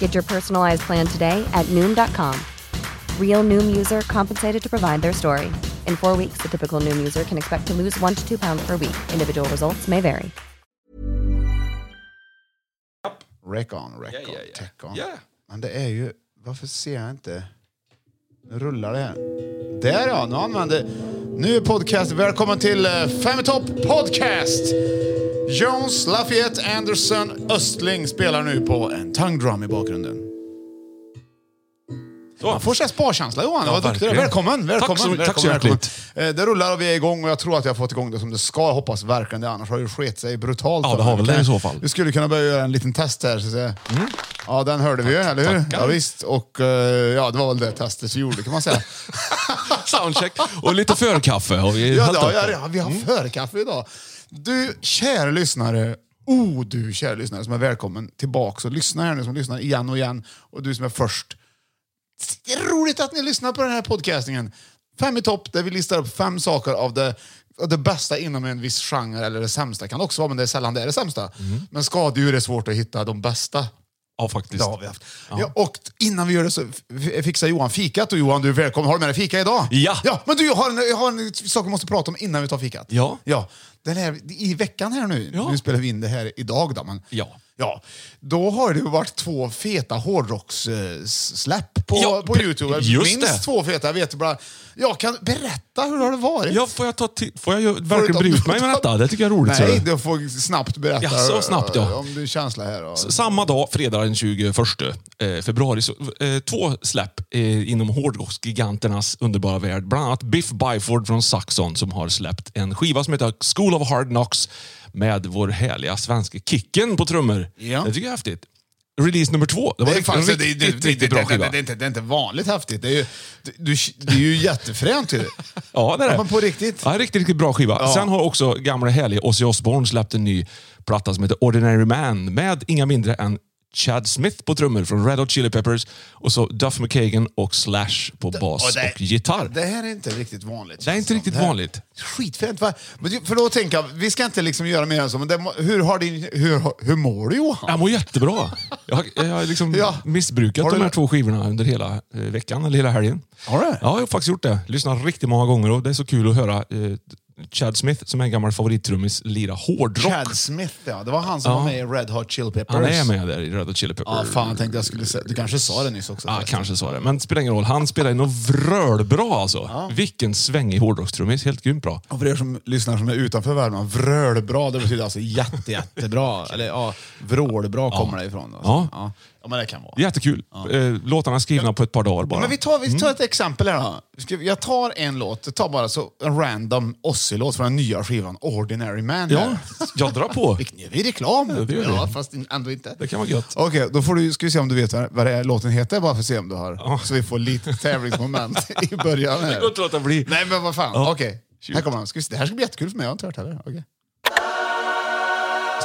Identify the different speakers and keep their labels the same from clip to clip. Speaker 1: Get your personalized plan today at Noom.com. Real Noom user compensated to provide their story. In four weeks, the typical Noom user can expect to lose one to two pounds per week. Individual results may vary.
Speaker 2: Rack on, rack
Speaker 3: Ja, ja,
Speaker 2: on,
Speaker 3: ja.
Speaker 2: tech on.
Speaker 3: Ja.
Speaker 2: Men det är ju... Varför ser jag inte? Nu rullar det här. Där ja, nu använder... Nu är podcast... Välkommen till eh, Fem i topp podcast! Jones, Lafayette, Anderson, Östling spelar nu på en tongue drum i bakgrunden. Man får säga sparkänsla Johan. Vad duktig du är.
Speaker 3: verkligen.
Speaker 2: Välkommen! välkommen
Speaker 3: Tack så-
Speaker 2: välkommen,
Speaker 3: tack så
Speaker 2: välkommen.
Speaker 3: hjärtligt.
Speaker 2: Eh, Det rullar och vi är igång och jag tror att jag har fått igång det som det ska. Jag hoppas verkligen det. Annars har det ju skett sig brutalt.
Speaker 3: Ja, det har väl det i så fall. Mm.
Speaker 2: Vi skulle kunna börja göra en liten test här. Så att säga. Ja, den hörde vi ju, eller hur?
Speaker 3: tackar.
Speaker 2: Ja, visst. Och eh, ja, det var väl det testet vi gjorde kan man säga.
Speaker 3: Soundcheck och lite förkaffe. Och vi
Speaker 2: Ja, det har jag redan. Vi har förkaffe idag. Du, kära lyssnare. Oh, du kära lyssnare som är välkommen tillbaka och lyssna här nu, som lyssnar igen och igen. Och du som är först. Det är roligt att ni lyssnar på den här podcastingen. Fem i topp, där vi listar upp fem saker av det, av det bästa inom en viss genre, eller det sämsta kan det också vara, men det är sällan det är det sämsta. Men skadedjur är svårt att hitta de bästa.
Speaker 3: Ja, faktiskt.
Speaker 2: Det har vi haft. Ja, och innan vi gör det så f- fixar Johan fikat. Och Johan, du är välkommen. Har du med dig fika idag?
Speaker 3: Ja.
Speaker 2: ja men du, jag har en, jag har en sak vi måste prata om innan vi tar fikat.
Speaker 3: Ja.
Speaker 2: ja. Den här, I veckan här nu,
Speaker 3: Ja.
Speaker 2: nu spelar vi in det här idag då. Men,
Speaker 3: Ja.
Speaker 2: ja. Då har det ju varit två feta hårdrockssläpp på,
Speaker 3: Ja,
Speaker 2: på
Speaker 3: pre-
Speaker 2: Youtube.
Speaker 3: just
Speaker 2: Minst
Speaker 3: det.
Speaker 2: två feta. Jag vet bara, jag kan berätta hur har det varit.
Speaker 3: Ja, får jag, ta till, får jag ju
Speaker 2: Får du
Speaker 3: verkligen
Speaker 2: ta-
Speaker 3: bry ut mig med detta? Det tycker jag är roligt.
Speaker 2: Nej,
Speaker 3: så.
Speaker 2: du får snabbt berätta
Speaker 3: Ja, så snabbt, ja.
Speaker 2: om du känsla här. Och,
Speaker 3: Samma dag, fredag den 21 eh, februari, så, eh, två släpp eh, inom hårdrocksgiganternas underbara värld. Bland annat Biff Byford från Saxon som har släppt en skiva som heter School of Hard Knocks med vår härliga svenska Kicken på trummor.
Speaker 2: Ja.
Speaker 3: Det tycker jag är häftigt. Release nummer två. Det var
Speaker 2: Det är
Speaker 3: riktigt,
Speaker 2: faktiskt det,
Speaker 3: riktigt,
Speaker 2: det, det, det,
Speaker 3: riktigt bra
Speaker 2: det,
Speaker 3: skiva.
Speaker 2: det, det, är inte- det är inte vanligt häftigt. Det är ju, det, du, det är ju jättefränt. Ju.
Speaker 3: Ja, det är det.
Speaker 2: men på riktigt.
Speaker 3: Ja, riktigt, riktigt bra skiva.
Speaker 2: Ja.
Speaker 3: Sen har också gamla härliga Ozzy Osbourne släppt en ny platta som heter Ordinary Man med inga mindre än Chad Smith på trummor från Red Hot Chili Peppers och så Duff McKagan och Slash på bas och,
Speaker 2: det-
Speaker 3: gitarr.
Speaker 2: Det här är inte riktigt vanligt.
Speaker 3: Det är
Speaker 2: känns
Speaker 3: inte
Speaker 2: som.
Speaker 3: riktigt
Speaker 2: här-
Speaker 3: vanligt.
Speaker 2: Skitfränt. Va? Men, det- för då tänker jag, vi ska inte liksom göra mer än så, men det, må- hur, har din, hur, har- hur mår du Johan?
Speaker 3: Jag mår jättebra. Jag har, jag har liksom
Speaker 2: Ja.
Speaker 3: missbrukat
Speaker 2: Har du-
Speaker 3: de här två skivorna under hela eh, veckan, eller hela helgen.
Speaker 2: Har du?
Speaker 3: Ja, jag har faktiskt gjort det. Lyssnat riktigt många gånger och det är så kul att höra eh, Chad Smith, som är en gammal favorittrummis, lira hårdrock.
Speaker 2: Chad Smith, ja. Det var han som var med i Red Hot Chili Peppers.
Speaker 3: Han är med där i Red Hot Chili Peppers.
Speaker 2: Ja, fan, jag tänkte jag skulle säga. Du kanske sa det nyss också.
Speaker 3: Ja,
Speaker 2: förresten.
Speaker 3: kanske så är det. Men det spelar ingen roll. Han spelar ju något vrölbra alltså. Vilken svängig hårdrockstrummis. Helt grymt bra.
Speaker 2: Och för er som lyssnar som är utanför Värmland, vrölbra, det betyder alltså jätte, jättebra. Eller ja, vrålbra kommer det ifrån. Alltså.
Speaker 3: Ja.
Speaker 2: Ja. ja, men det kan vara.
Speaker 3: Jättekul. Eh, Låtarna är skrivna på ett par dagar bara.
Speaker 2: Men vi tar, vi tar
Speaker 3: Mm.
Speaker 2: ett exempel här då. Ska vi- Jag tar en låt, jag tar bara så en random Ozzy-låt från den nya skivan Ordinary Man.
Speaker 3: Ja,
Speaker 2: här.
Speaker 3: jag drar på.
Speaker 2: Fick ni vi reklam?
Speaker 3: Ja, det gör vi.
Speaker 2: ja, fast in- ändå inte.
Speaker 3: Det kan vara gött.
Speaker 2: Okej, då får du, ska vi se om du vet vad vad det är låten heter, bara för att se om du har. Så vi får lite tävlingsmoment i början. Här.
Speaker 3: Det går inte att låta bli.
Speaker 2: Nej, men vad fan.
Speaker 3: Ja.
Speaker 2: Okej, här kommer den. Ska vi se. Det här ska bli jättekul för mig, jag har inte hört heller. Okej.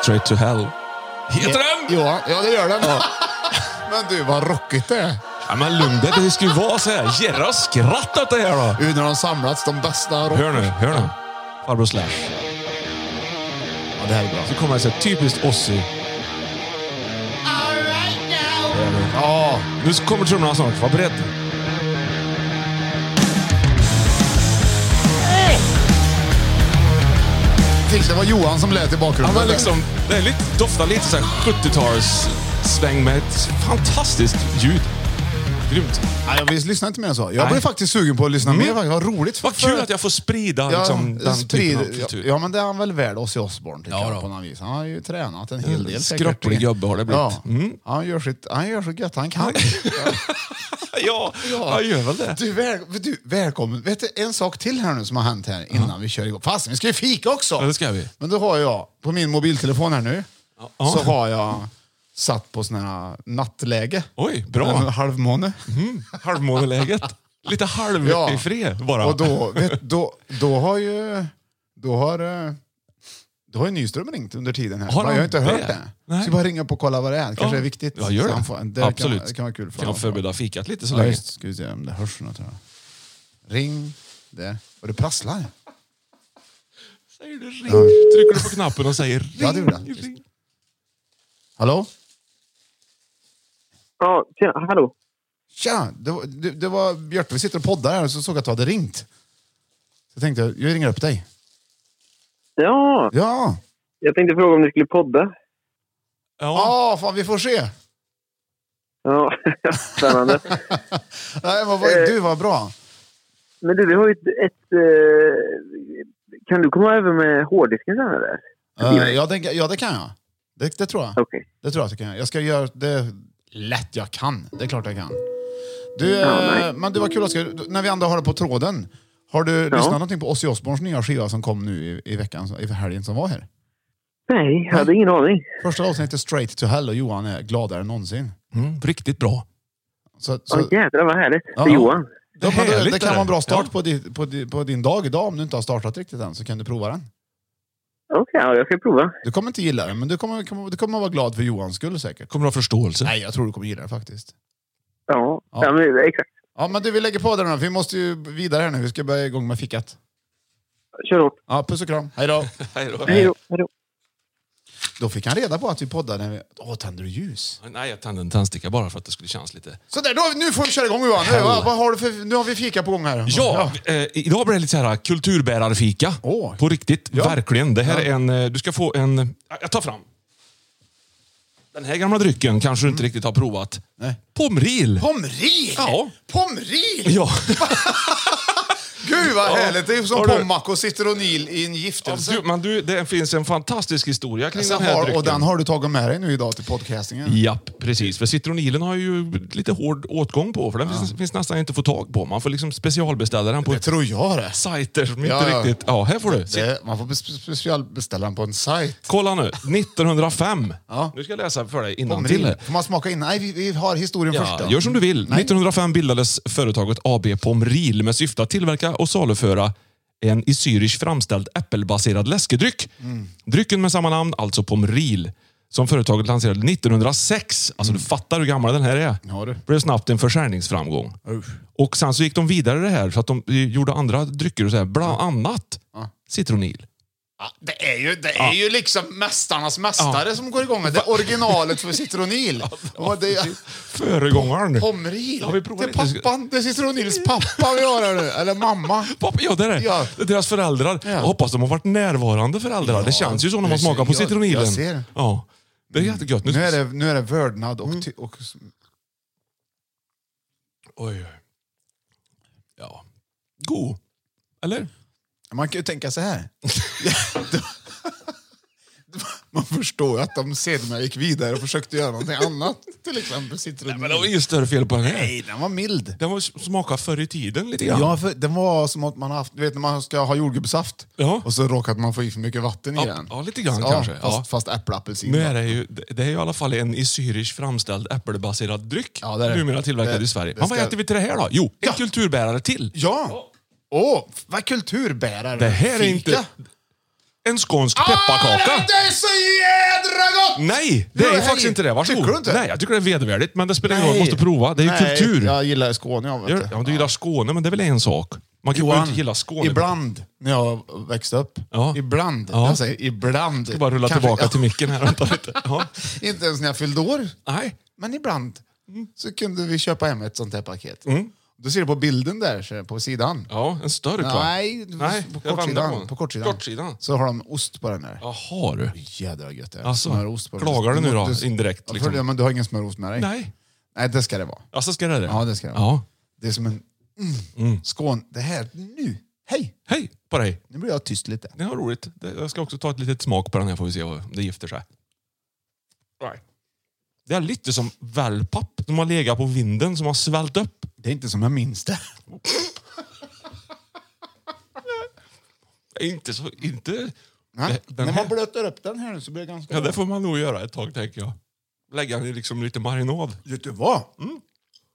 Speaker 3: Straight to hell. Heter den?
Speaker 2: Ja, ja, det gör den. men du, vad rockigt det är.
Speaker 3: Ja, men lugn dig, det ska ju vara så här. Jerra har skrattat det här då.
Speaker 2: Nu när de samlats, de bästa
Speaker 3: Hör nu,
Speaker 2: rockers.
Speaker 3: hör nu. Farbror Slash.
Speaker 2: Ja, det här är bra.
Speaker 3: Så kommer det så här typiskt Ozzy.
Speaker 2: Ja,
Speaker 3: Nu kommer trummorna snart, var beredd.
Speaker 2: fick det var Johan som lät i
Speaker 3: Ja,
Speaker 2: bakgrunden.
Speaker 3: men liksom, det är lite, doftar lite så här 70-tals sväng med ett fantastiskt ljud. Grymt.
Speaker 2: Nej, jag visst lyssnar inte mer än så. Jag
Speaker 3: Nej. Mm.
Speaker 2: blev faktiskt sugen på att lyssna mer. faktiskt. Vad roligt.
Speaker 3: Vad
Speaker 2: För-
Speaker 3: kul att jag får sprida
Speaker 2: Ja,
Speaker 3: liksom, den
Speaker 2: sprid-
Speaker 3: typen av kultur.
Speaker 2: ja, men det är han väl värd, Ozzy Osbourne, tycker
Speaker 3: Ja, då.
Speaker 2: jag. På något vis. Han har ju tränat en hel del
Speaker 3: Skröplig gubbe har det blivit. Mm.
Speaker 2: Ja. Han, gör sitt, han gör så gött han kan.
Speaker 3: Ja, ja, jag gör väl det.
Speaker 2: Du, väl, du, välkommen. Vet du, en sak till här nu som har hänt här innan vi kör igång. Fast vi ska ju fika också!
Speaker 3: Ja, det ska vi.
Speaker 2: Men då har jag, på min mobiltelefon här nu,
Speaker 3: ja.
Speaker 2: så har jag satt på sån här nattläge.
Speaker 3: Oj, bra.
Speaker 2: En halvmåne.
Speaker 3: Mm. Halvmåneläget. Lite halv i fred bara.
Speaker 2: Och då, vet, då, då har ju... Då har, eh, då har ju Nyström ringt under tiden här.
Speaker 3: Har
Speaker 2: jag har
Speaker 3: han
Speaker 2: inte hört
Speaker 3: det?
Speaker 2: det.
Speaker 3: Nej.
Speaker 2: Så bara ringa på och kolla vad det är. kanske
Speaker 3: Ja.
Speaker 2: är viktigt.
Speaker 3: Ja, gör
Speaker 2: Så han
Speaker 3: det.
Speaker 2: får-
Speaker 3: Absolut.
Speaker 2: Kan, det kan vara kul för
Speaker 3: kan
Speaker 2: honom.
Speaker 3: förbereda fikat lite så
Speaker 2: Ja,
Speaker 3: länge.
Speaker 2: just, ska vi se om det hörs något här. Ring. Där. Och det prasslar.
Speaker 3: Säger du ring? Trycker du på knappen och säger ring?
Speaker 2: Ja, det gjorde han.
Speaker 3: ring.
Speaker 2: Hallå?
Speaker 4: Ja, tjena, hallå.
Speaker 2: Tja! Det var, det, det var Björte, vi sitter och poddar här och så såg jag att du hade ringt. Så tänkte jag, jag ringer upp dig.
Speaker 4: Ja,
Speaker 2: Ja!
Speaker 4: jag tänkte fråga om ni skulle podda.
Speaker 3: Ja.
Speaker 2: Ja, fan vi får se!
Speaker 4: Ja, spännande.
Speaker 2: Nej, vad, vad, du, vad bra.
Speaker 4: Men du, vi har ju ett... ett eh, kan du komma över med hårddisken sen eller?
Speaker 2: Eh, ja, det, ja, det kan jag. Det, det tror jag.
Speaker 4: Okej.
Speaker 2: Det tror jag att jag kan. Jag ska göra det lätt jag kan. Det är klart jag kan. Du, eh, men det var kul att ska, när vi ändå har det på tråden. Har du lyssnat någonting på Ozzy Osbournes nya skiva som kom nu i, i veckan, som- i helgen som var här?
Speaker 4: Nej, jag hade ingen aning.
Speaker 2: Första avsnittet Straight to Hell och Johan är gladare än någonsin.
Speaker 3: Mm, riktigt bra.
Speaker 2: Så, så,
Speaker 4: Åh jädrar vad härligt.
Speaker 2: Ja.
Speaker 4: Det är Johan.
Speaker 2: ja, men det,
Speaker 3: härligt,
Speaker 2: det kan
Speaker 3: är
Speaker 2: vara en bra start
Speaker 3: Ja.
Speaker 2: på, din, på, din, på din dag idag om du inte har startat riktigt än så kan du prova den.
Speaker 4: Okej, ja, jag ska prova.
Speaker 2: Du kommer inte gilla den men du kommer, kommer, du kommer vara glad för Johans skull säkert.
Speaker 3: Kommer du ha förståelse?
Speaker 2: Nej, jag tror du kommer gilla den faktiskt.
Speaker 4: Ja,
Speaker 2: Ja.
Speaker 4: ja. men, exakt.
Speaker 2: Ja, men du, vi lägger på där nu. Vi måste ju vidare här nu. Vi ska börja igång med fikat.
Speaker 4: Kör hårt.
Speaker 2: Ja, puss och kram. Hej då.
Speaker 3: Nej då.
Speaker 4: Hej då. Hej då.
Speaker 2: Då fick han reda på att vi poddade. när vi- Åh, tänder du ljus?
Speaker 3: Nej, jag tände en tändsticka bara för att det skulle kännas lite...
Speaker 2: Så där, då, nu får vi köra igång Johan. Nu, vad, vad har du för, nu har vi fika på gång här.
Speaker 3: Ja, Eh, idag blir det lite så här kulturbärarfika.
Speaker 2: Åh.
Speaker 3: På riktigt,
Speaker 2: Ja.
Speaker 3: verkligen. Det här
Speaker 2: Ja.
Speaker 3: är en... eh, Du ska få en... Ja, Jag tar fram. Den här gamla drycken kanske du inte riktigt har provat.
Speaker 2: Mm. Nej.
Speaker 3: Pomril.
Speaker 2: Pomril!
Speaker 3: Ja.
Speaker 2: Pomril!
Speaker 3: Ja.
Speaker 2: Gud vad härligt! Det är ju som
Speaker 3: Har du-
Speaker 2: Pommac och Citronil i en
Speaker 3: Ja,
Speaker 2: giftelse.
Speaker 3: du, men du, det finns en fantastisk historia kring
Speaker 2: Sen
Speaker 3: den här
Speaker 2: har,
Speaker 3: drycken.
Speaker 2: och den har du tagit med dig nu idag till podcastingen.
Speaker 3: Japp, precis. För citronilen har ju lite hård åtgång på, för den finns, finns nästan inte att få tag på. Man får liksom specialbeställa den på
Speaker 2: Det tror jag det.
Speaker 3: sajter som
Speaker 2: Ja,
Speaker 3: inte
Speaker 2: ja.
Speaker 3: riktigt... Ja, här får du.
Speaker 2: det man får bes- bes- specialbeställa den på en sajt.
Speaker 3: Kolla nu, 1905.
Speaker 2: Ja.
Speaker 3: Nu ska jag läsa för dig innantill.
Speaker 2: Pomril.
Speaker 3: här.
Speaker 2: Får man smaka in? Nej, vi, vi har historien först.
Speaker 3: Ja,
Speaker 2: då.
Speaker 3: gör som du vill.
Speaker 2: Nej.
Speaker 3: 1905 bildades företaget AB Pomril med syfte att tillverka och saluföra en i Zürich framställd äppelbaserad läskedryck.
Speaker 2: Mm.
Speaker 3: Drycken med samma namn, alltså Pomril, som företaget lanserade 1906. Alltså du fattar hur gammal den här är.
Speaker 2: Mm. Ja, du.
Speaker 3: Blev snabbt en försäljningsframgång.
Speaker 2: Usch.
Speaker 3: Och sen så gick de vidare det här så att de eh, gjorde andra drycker och så här, bland annat citronil.
Speaker 2: Ja, det är ju, det är ju liksom mästarnas mästare som går igång. Det är originalet för citronil. Och det är
Speaker 3: Föregångaren.
Speaker 2: pomril.
Speaker 3: Ja, vi provar
Speaker 2: det är
Speaker 3: lite.
Speaker 2: pappan. Det är citronils pappa vi har här nu. Eller mamma.
Speaker 3: Pappa, ja, det är det.
Speaker 2: Ja.
Speaker 3: Det är deras föräldrar.
Speaker 2: Ja.
Speaker 3: Jag hoppas de har varit närvarande föräldrar. det känns ju så när man
Speaker 2: du
Speaker 3: smakar
Speaker 2: ser-
Speaker 3: på
Speaker 2: jag-
Speaker 3: citronilen.
Speaker 2: jag ser.
Speaker 3: Ja. Det är jättegött.
Speaker 2: Nu är det, nu är det vördnad och... Ty- och
Speaker 3: Oj, oj. Ja. God. Eller?
Speaker 2: man kan ju tänka så här. man förstår ju att de sedermera gick vidare och försökte göra någonting annat. Till exempel citronil.
Speaker 3: Men det var ju större fel på den här.
Speaker 2: Nej, den var mild.
Speaker 3: Den var smaka förr i tiden lite grann.
Speaker 2: Ja, för den var som att man har haft, du vet när man ska ha jordgubbssaft
Speaker 3: Ja.
Speaker 2: och så råkat man få i för mycket vatten
Speaker 3: Ja,
Speaker 2: i den.
Speaker 3: ja, lite grann kanske,
Speaker 2: Fast,
Speaker 3: ja.
Speaker 2: fast äpple och apelsin.
Speaker 3: Nu
Speaker 2: då.
Speaker 3: är det, ju, det är ju i alla fall en i Zürich framställd äppelbaserad dryck.
Speaker 2: Ja, det är det.
Speaker 3: Numera tillverkad
Speaker 2: Det-
Speaker 3: i Sverige.
Speaker 2: det
Speaker 3: Men vad
Speaker 2: ska-
Speaker 3: äter vi till det här då? Jo, en
Speaker 2: Ja.
Speaker 3: kulturbärare till.
Speaker 2: Ja! Åh, vad kulturbärare.
Speaker 3: Det här är
Speaker 2: Fika.
Speaker 3: inte... En skånsk pepparkaka.
Speaker 2: Ah, det är så jädra gott!
Speaker 3: Nej, det är
Speaker 2: Nej,
Speaker 3: faktiskt inte det. Varsågod.
Speaker 2: tycker du inte?
Speaker 3: Nej, jag tycker det är vedervärdigt, men det spelar ingen
Speaker 2: Nej.
Speaker 3: roll. måste prova. Det är ju
Speaker 2: Nej,
Speaker 3: kultur.
Speaker 2: Jag gillar Skåne, jag vet
Speaker 3: Gör- Ja, du gillar Skåne, men det är väl en sak? Man kan ju
Speaker 2: Johan,
Speaker 3: inte gilla Skåne.
Speaker 2: Ibland, när jag växte upp.
Speaker 3: Ja.
Speaker 2: Ibland.
Speaker 3: Ja.
Speaker 2: Jag säger ibland.
Speaker 3: Jag ska bara rulla
Speaker 2: Kanske-
Speaker 3: tillbaka till micken här. Vänta lite. Ja.
Speaker 2: Inte ens när jag fyllde år.
Speaker 3: Nej.
Speaker 2: Men ibland så kunde vi köpa hem ett sånt här paket. Du ser det på bilden där, så på sidan.
Speaker 3: Mm. Ja, en större kvar.
Speaker 2: Nej,
Speaker 3: Nej,
Speaker 2: på,
Speaker 3: jag vänder på
Speaker 2: kortsidan,
Speaker 3: den.
Speaker 2: på kortsidan.
Speaker 3: Kortsidan.
Speaker 2: Så har de ost på den där.
Speaker 3: Jaha du.
Speaker 2: Jädra gött det är.
Speaker 3: Alltså,
Speaker 2: Smörost på den.
Speaker 3: klagar du nu då,
Speaker 2: måste-
Speaker 3: indirekt,
Speaker 2: Ja, för
Speaker 3: liksom?
Speaker 2: det, men du har ingen smörost med dig?
Speaker 3: Nej.
Speaker 2: Nej, det ska det vara.
Speaker 3: Alltså ska det det?
Speaker 2: Ja, det ska det vara.
Speaker 3: Ja.
Speaker 2: Det är som en... Mm, Skån, det här, nu, hej!
Speaker 3: Hej på dig.
Speaker 2: Nu blir jag tyst lite.
Speaker 3: Det var roligt. Det- Jag ska också ta ett litet smak på den här får vi se om det gifter sig. Nej. Det är lite som wellpapp som har legat på vinden som har svällt upp.
Speaker 2: Det är inte som jag minns det.
Speaker 3: Det är Inte så... Inte...
Speaker 2: Nej,
Speaker 3: Det- den
Speaker 2: när
Speaker 3: här-
Speaker 2: man blöter upp den här nu så blir det ganska
Speaker 3: Ja, det
Speaker 2: bra.
Speaker 3: får man nog göra ett tag tänker jag. Lägga den i liksom lite marinad.
Speaker 2: Vet du vad? Mm.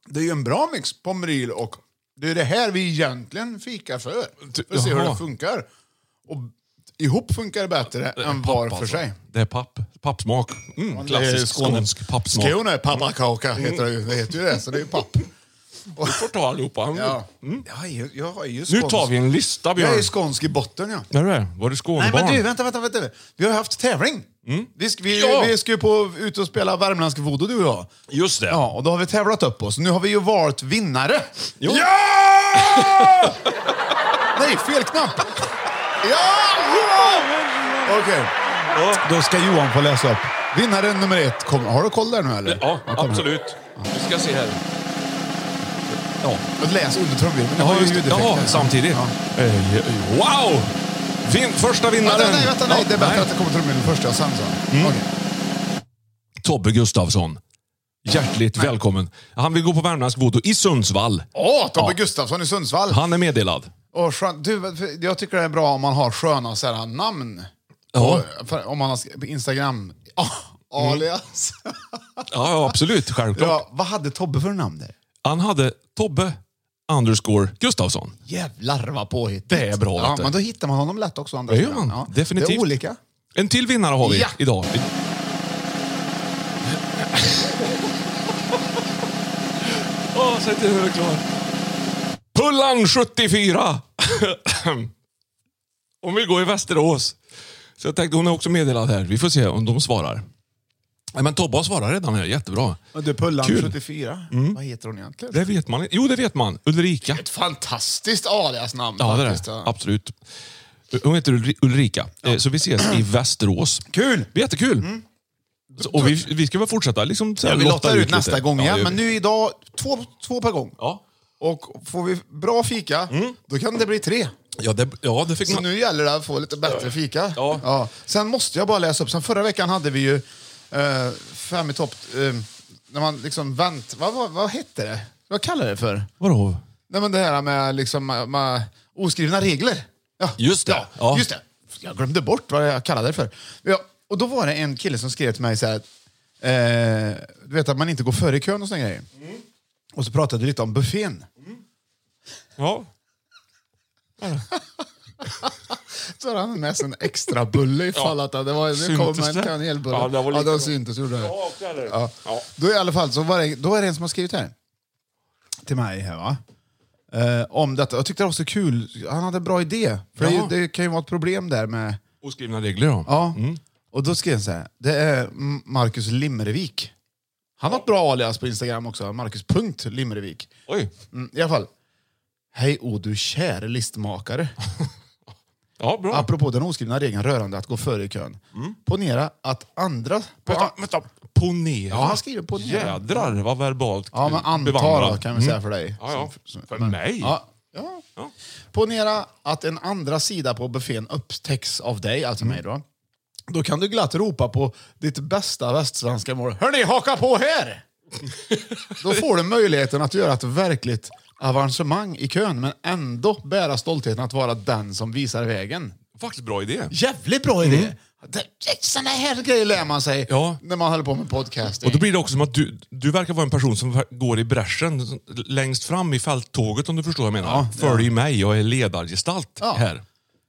Speaker 2: Det är ju en bra mix, Pomeril och... Det är det här vi egentligen fikar för. För att se hur
Speaker 3: Jaha.
Speaker 2: det funkar. Och ihop funkar det bättre än var
Speaker 3: Papp,
Speaker 2: för
Speaker 3: alltså.
Speaker 2: sig.
Speaker 3: Det är papp. Pappsmak.
Speaker 2: Ja,
Speaker 3: Mm,
Speaker 2: det är
Speaker 3: klassisk
Speaker 2: Skåne.
Speaker 3: skånsk pappsmak.
Speaker 2: Skåne, pappakaka
Speaker 3: Mm.
Speaker 2: heter det ju. Det heter ju det, så det är ju papp.
Speaker 3: Du får ta allihopa. Mm.
Speaker 2: Ja. Jag är ju, jag är ju
Speaker 3: Nu
Speaker 2: skånsk.
Speaker 3: tar vi en lista
Speaker 2: Jag är
Speaker 3: Björn.
Speaker 2: ju skånsk i botten, ja.
Speaker 3: Är du det? Var du
Speaker 2: Nej,
Speaker 3: Skånebarn?
Speaker 2: men du, vänta, vänta, vänta. Vi har ju haft tävling. Vi, sk- vi,
Speaker 3: Mm. Ja.
Speaker 2: vi ska ju på, ut och spela värmländsk voodoo, du och jag.
Speaker 3: Just det.
Speaker 2: Ja, och då har vi tävlat upp oss. Nu har vi ju valt vinnare.
Speaker 3: Jo.
Speaker 2: Ja! Nej, fel knapp. Ja! ja! Okej. Då ska Johan få läsa upp. Vinnare nummer ett. Kom, har du koll där nu eller?
Speaker 3: Ja,
Speaker 2: Jag kommer.
Speaker 3: absolut. Vi ska se här. Ja,
Speaker 2: Läs under trumvirveln. Det var
Speaker 3: ja
Speaker 2: ju
Speaker 3: just det.
Speaker 2: ljudeffekter.
Speaker 3: Ja, samtidigt.
Speaker 2: Ja.
Speaker 3: Eh, Wow! Vin, första vinnaren.
Speaker 2: Vänta, nej, vänta, nej.
Speaker 3: Ja,
Speaker 2: Det är bättre
Speaker 3: nej. Mm.
Speaker 2: att det kommer trumvirveln först, ja, sen så. Okej.
Speaker 3: Tobbe Gustafsson. Hjärtligt välkommen. Han vill gå på Värmländsk voodoo i Sundsvall.
Speaker 2: Åh, Tobbe
Speaker 3: Ja.
Speaker 2: Gustafsson i Sundsvall.
Speaker 3: Han är meddelad.
Speaker 2: Och skön, du, för jag tycker det är bra om man har sköna så här, namn.
Speaker 3: Ja.
Speaker 2: Och, för, om man har sk- på Instagram. Ah, alias.
Speaker 3: Ja, Mm. ja absolut. Självklart.
Speaker 2: Ja, vad hade Tobbe för namn där?
Speaker 3: Han hade Tobbe underscore Gustafsson.
Speaker 2: Jävlar vad påhittigt.
Speaker 3: Det är bra,
Speaker 2: Ja,
Speaker 3: vet du.
Speaker 2: men då hittar man honom lätt också. å Andra
Speaker 3: Det gör
Speaker 2: sidan.
Speaker 3: man, definitivt.
Speaker 2: Det är olika.
Speaker 3: En till vinnare har vi
Speaker 2: Ja.
Speaker 3: idag. Åh, säg till när du är klar. Pullan 74! Om vi går i Västerås. Så jag tänkte, hon är också meddelad här. Vi får se om de svarar. Nej, men Tobbe har svarat redan här. Jättebra.
Speaker 2: Men Du, Pullan
Speaker 3: Kul. Mm.
Speaker 2: 74. Vad heter hon egentligen?
Speaker 3: Det vet man. Jo, det vet man. Ulrika.
Speaker 2: Ett fantastiskt aliasnamn.
Speaker 3: Ja, det är
Speaker 2: faktiskt,
Speaker 3: det.
Speaker 2: ja.
Speaker 3: Absolut. Hon heter Ulri- Ulrika. Eh, Så vi ses i Västerås.
Speaker 2: Kul!
Speaker 3: Det är jättekul. Så, och vi, vi ska väl fortsätta liksom, så här,
Speaker 2: Mm. Ja, vi lottar ut
Speaker 3: lite.
Speaker 2: nästa gång
Speaker 3: Ja,
Speaker 2: igen,
Speaker 3: det gör
Speaker 2: men
Speaker 3: vi.
Speaker 2: nu idag två, två per gång.
Speaker 3: Ja,
Speaker 2: Och får vi bra fika, då kan det bli tre.
Speaker 3: ja, det, ja det fick
Speaker 2: Så
Speaker 3: man.
Speaker 2: nu gäller det att få lite bättre fika.
Speaker 3: Ja.
Speaker 2: Sen måste jag bara läsa upp. Sen förra veckan hade vi ju eh, fem i topp... Eh, när man liksom vänt... Vad, vad, vad hette det? Vad kallar det för?
Speaker 3: Vadå?
Speaker 2: Nej, men det här med, liksom, med, med oskrivna regler. Ja.
Speaker 3: Just det.
Speaker 2: Ja,
Speaker 3: Ja.
Speaker 2: Just det. Jag glömde bort vad jag kallade det för. Ja, och då var det en kille som skrev till mig så här, eh, du vet att man inte går före i kön och såna grejer.
Speaker 3: Mm.
Speaker 2: Och så pratade vi lite om buffén.
Speaker 3: Ja.
Speaker 2: Så hade han med sig en extra bulle ifall att det var, det kom
Speaker 3: Syntes
Speaker 2: en
Speaker 3: det?
Speaker 2: kanelbulle.
Speaker 3: Ja, det var lika
Speaker 2: ja, den
Speaker 3: bra.
Speaker 2: syntes. Gjorde det. Ja,
Speaker 3: Ja.
Speaker 2: Då, i alla fall, så var det, då är det en som har skrivit här. Till mig här va. Eh, om detta. Jag tyckte det var så kul. Han hade en bra idé. För det, är ju-
Speaker 3: Ja.
Speaker 2: det kan ju vara ett problem där med...
Speaker 3: Oskrivna regler då.
Speaker 2: Ja. Och då skrev han så här. Det är M- Marcus Limmervik. Han har ett bra alias på Instagram också. Marcus punkt Limmervik.
Speaker 3: Oj.
Speaker 2: Mm, I alla fall. Hej o du käre listmakare.
Speaker 3: Ja, bra.
Speaker 2: Apropå den oskrivna regeln rörande att gå före i kön. Ponera att andra...
Speaker 3: Vänta, vänta. Ponera.
Speaker 2: Ja, han skriver ponera.
Speaker 3: Jädrar vad verbalt
Speaker 2: Ja, men anta då,
Speaker 3: bevandrad. Mm.
Speaker 2: kan vi säga för dig.
Speaker 3: Ja, ja.
Speaker 2: Som- som-
Speaker 3: För
Speaker 2: men-
Speaker 3: mig?
Speaker 2: Ja. Ja.
Speaker 3: Ja.
Speaker 2: Ponera att en andra sida på buffén upptäcks av dig, alltså
Speaker 3: Mm.
Speaker 2: mig då. Då kan du glatt ropa på ditt bästa västsvenska mål. Hörni, haka på här! då får du möjligheten att göra ett verkligt avancemang i kön, men ändå bära stoltheten att vara den som visar vägen.
Speaker 3: Faktiskt bra idé.
Speaker 2: Jävligt bra idé! Det- det- Såna här grejer lär man sig
Speaker 3: Mm. Ja.
Speaker 2: när man håller på med podcasting.
Speaker 3: Och då blir det också som att du, du verkar vara en person som ver- går i bräschen som- längst fram i fälttåget om du förstår vad jag menar. Följ mig, jag är ledargestalt
Speaker 2: Ja.
Speaker 3: här.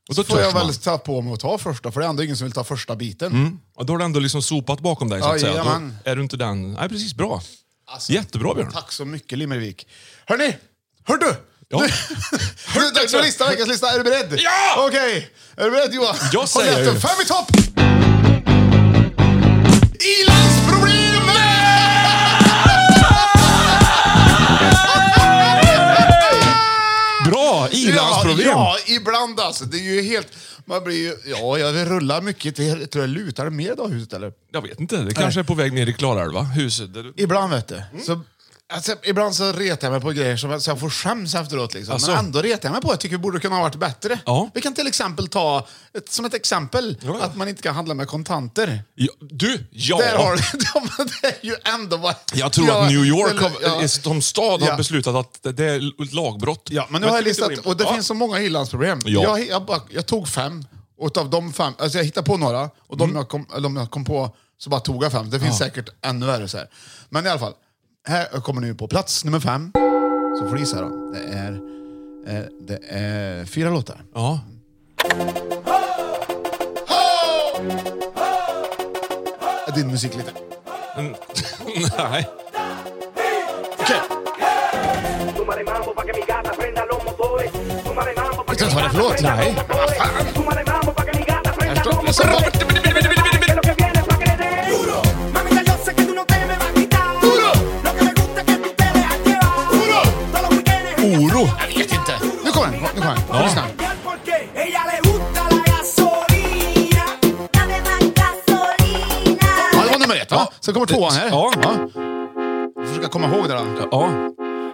Speaker 3: Och
Speaker 2: Då
Speaker 3: då
Speaker 2: får jag
Speaker 3: törs man.
Speaker 2: väl ta på mig att ta första, för det är ändå ingen som vill ta första biten.
Speaker 3: Och då har du ändå liksom sopat bakom dig så
Speaker 2: Ja,
Speaker 3: att säga. Då
Speaker 2: jajamän.
Speaker 3: är du inte den... Nej, precis. Bra.
Speaker 2: Alltså,
Speaker 3: Jättebra, Björn.
Speaker 2: Tack så mycket, Limmervik. Hörni! Hör du!
Speaker 3: Ja.
Speaker 2: Nu nu är det dags för listan, veckans lista. Är du beredd?
Speaker 3: Ja!
Speaker 2: Okej. Är du beredd Johan?
Speaker 3: Jag
Speaker 2: Håll
Speaker 3: säger
Speaker 2: efter.
Speaker 3: ju.
Speaker 2: Fem i topp! Ilandsproblemet!
Speaker 3: Bra! Ilandsproblem!
Speaker 2: Ja, ja, ibland alltså. Det är ju helt... Man blir ju... Ja, jag rullar mycket. Jag tror jag lutar mer idag i huset, eller?
Speaker 3: Jag vet inte. Det kanske är på väg ner i Klarälva, huset. Där du...
Speaker 2: Ibland vet du. Så, alltså, ibland så retar jag mig på grejer som så jag får skäms efteråt. Liksom.
Speaker 3: Alltså.
Speaker 2: Men ändå retar jag mig på. Jag tycker det borde kunna ha varit bättre.
Speaker 3: Ja.
Speaker 2: Vi kan till exempel ta, ett, som ett exempel,
Speaker 3: Ja, ja.
Speaker 2: att man inte kan handla med kontanter.
Speaker 3: Ja, du! Ja!
Speaker 2: Där har du, ja, men det är ju ändå vad...
Speaker 3: Jag tror
Speaker 2: Ja,
Speaker 3: att New York
Speaker 2: eller-
Speaker 3: har,
Speaker 2: ja.
Speaker 3: är- som stad har
Speaker 2: Ja.
Speaker 3: beslutat att det- det är ett lagbrott.
Speaker 2: Ja, men nu har jag
Speaker 3: ska
Speaker 2: listat,
Speaker 3: vi inte gå in på-
Speaker 2: och det
Speaker 3: Ja.
Speaker 2: finns så många illandsproblem.
Speaker 3: Ja.
Speaker 2: Jag, jag, bara, jag tog fem, och av de fem, alltså jag hittade på några, och
Speaker 3: Mm.
Speaker 2: de, jag, kom, eller de jag kom på så bara tog jag fem. Det finns säkert ännu värre. Så här. Men i alla fall, här kommer nu på plats nummer fem. Så får ni gissa då. Det är, eh, det är fyra låtar.
Speaker 3: Ja.
Speaker 2: Är din musik lite?
Speaker 3: Mm. Nej.
Speaker 2: Okej,
Speaker 5: Súmale mambo pa' que mi gata prenda los motores. Súmale mambo pa'
Speaker 2: Vet du inte vad det är för låt? Nej. ah.
Speaker 5: Súmale mambo pa' que mi gata prenda los
Speaker 2: Här står
Speaker 5: motores. Que lo que viene pa' que le dé.
Speaker 6: Mamita, yo sé que tú no te me vas a quitar.
Speaker 2: Duro.
Speaker 6: Lo que me gusta es que tú te dejas llevar.
Speaker 2: Duro.
Speaker 6: Todos los weekendes ella
Speaker 3: Oro!
Speaker 2: Nu kommer den, nu kommer den. Får
Speaker 3: Ja.
Speaker 2: lyssna.
Speaker 6: cambiar porque ella le gusta la gasolina. Dame más gasolina.
Speaker 2: Ja, det var nummer ett va?
Speaker 3: Ja.
Speaker 2: Sen kommer tvåan här.
Speaker 3: Ja.
Speaker 2: Jag Försöka komma ihåg det då.
Speaker 3: Ja.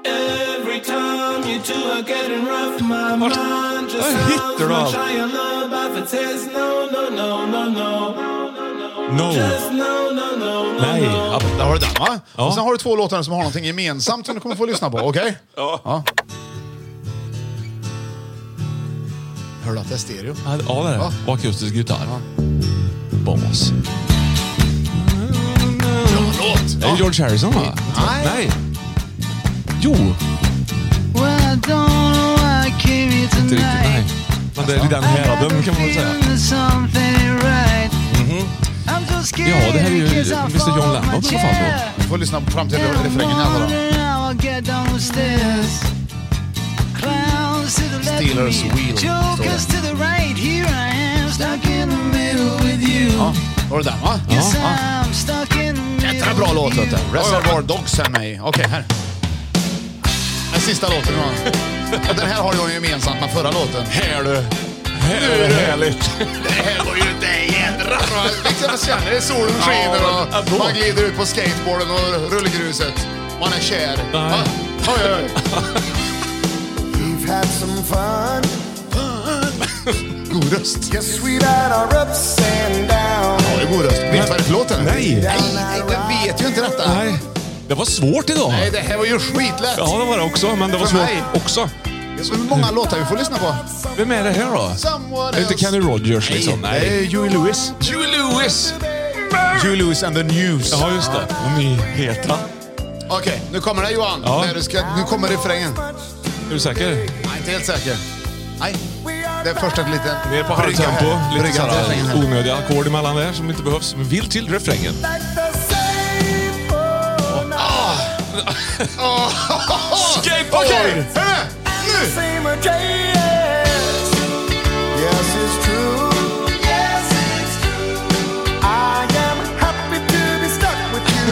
Speaker 7: Every time you two are getting rough, my mind just
Speaker 3: Vad hittar du
Speaker 7: sounds
Speaker 3: allt?
Speaker 7: much higher love but it says no, no, no, no, no.
Speaker 3: No.
Speaker 7: Just no, no, no, no.
Speaker 3: Nej. Ja.
Speaker 2: Där har du den va?
Speaker 3: Ja.
Speaker 2: Och sen har du två låtar som har någonting gemensamt som du kommer få lyssna på, okej?
Speaker 3: Ja.
Speaker 2: Hör du att det är stereo?
Speaker 3: Ja, det är det.
Speaker 2: Ja.
Speaker 3: Och akustisk gitarr. Bas.
Speaker 2: Bra låt!
Speaker 3: Är det George Harrison va?
Speaker 2: Nej.
Speaker 3: Nej. Jo. Inte riktigt, nej. Men det är i den häraden kan man väl säga. Ja, det här är ju Mr John Lennon i alla fall. då.
Speaker 2: Du får lyssna fram till refrängen här då. Steelers Wheel. står det. Ja, var det den va?
Speaker 3: Ja.
Speaker 2: Jädra bra låt vet du. Reservoir Dogs här med i. Okej, här. Den sista låten nu va? Den här har ju gemensamt med förra låten.
Speaker 3: Här du. Här är det härligt.
Speaker 2: Det här var ju det jädra bra. Liksom man känner det, solen skiner
Speaker 3: Ja,
Speaker 2: och
Speaker 3: bra.
Speaker 2: man glider ut på skateboarden och rullgruset. Man är kär.
Speaker 3: Nej.
Speaker 2: Va? Oj, oj, oj.
Speaker 6: We've had some fun.
Speaker 2: God röst.
Speaker 6: Yes, we've had our ups and downs.
Speaker 2: Ja, det är god röst. Vet du vad det är för låt? eller?
Speaker 3: Nej.
Speaker 2: Nej, nej, du vet ju inte detta.
Speaker 3: Nej. Det var svårt idag.
Speaker 2: Nej, det här var ju skitlätt.
Speaker 3: Ja, det var det också. Men det var
Speaker 2: För mig.
Speaker 3: svårt också.
Speaker 2: Det är så många låtar vi får lyssna på.
Speaker 3: Vem är det här då?
Speaker 2: Someone
Speaker 3: Det är inte
Speaker 2: else.
Speaker 3: Kenny Rogers liksom.
Speaker 2: Nej, det är Huey Lewis.
Speaker 3: Huey Lewis!
Speaker 2: Huey Lewis and the News.
Speaker 3: Ja, just det. Och nyheterna.
Speaker 2: Okej, nu kommer det Johan.
Speaker 3: Ja.
Speaker 2: När du ska, nu kommer refrängen.
Speaker 3: Är du säker?
Speaker 2: Nej, inte helt säker. Nej. Det är först ett litet...
Speaker 3: Ner på halvtempo. Lite sådär onödiga ackord emellan där som inte behövs. Men vill till refrängen. Skateboard!
Speaker 2: Ah! Okej, hörru! Nu!
Speaker 6: Yes, it's true. Yes, it's true. I am happy to be stuck with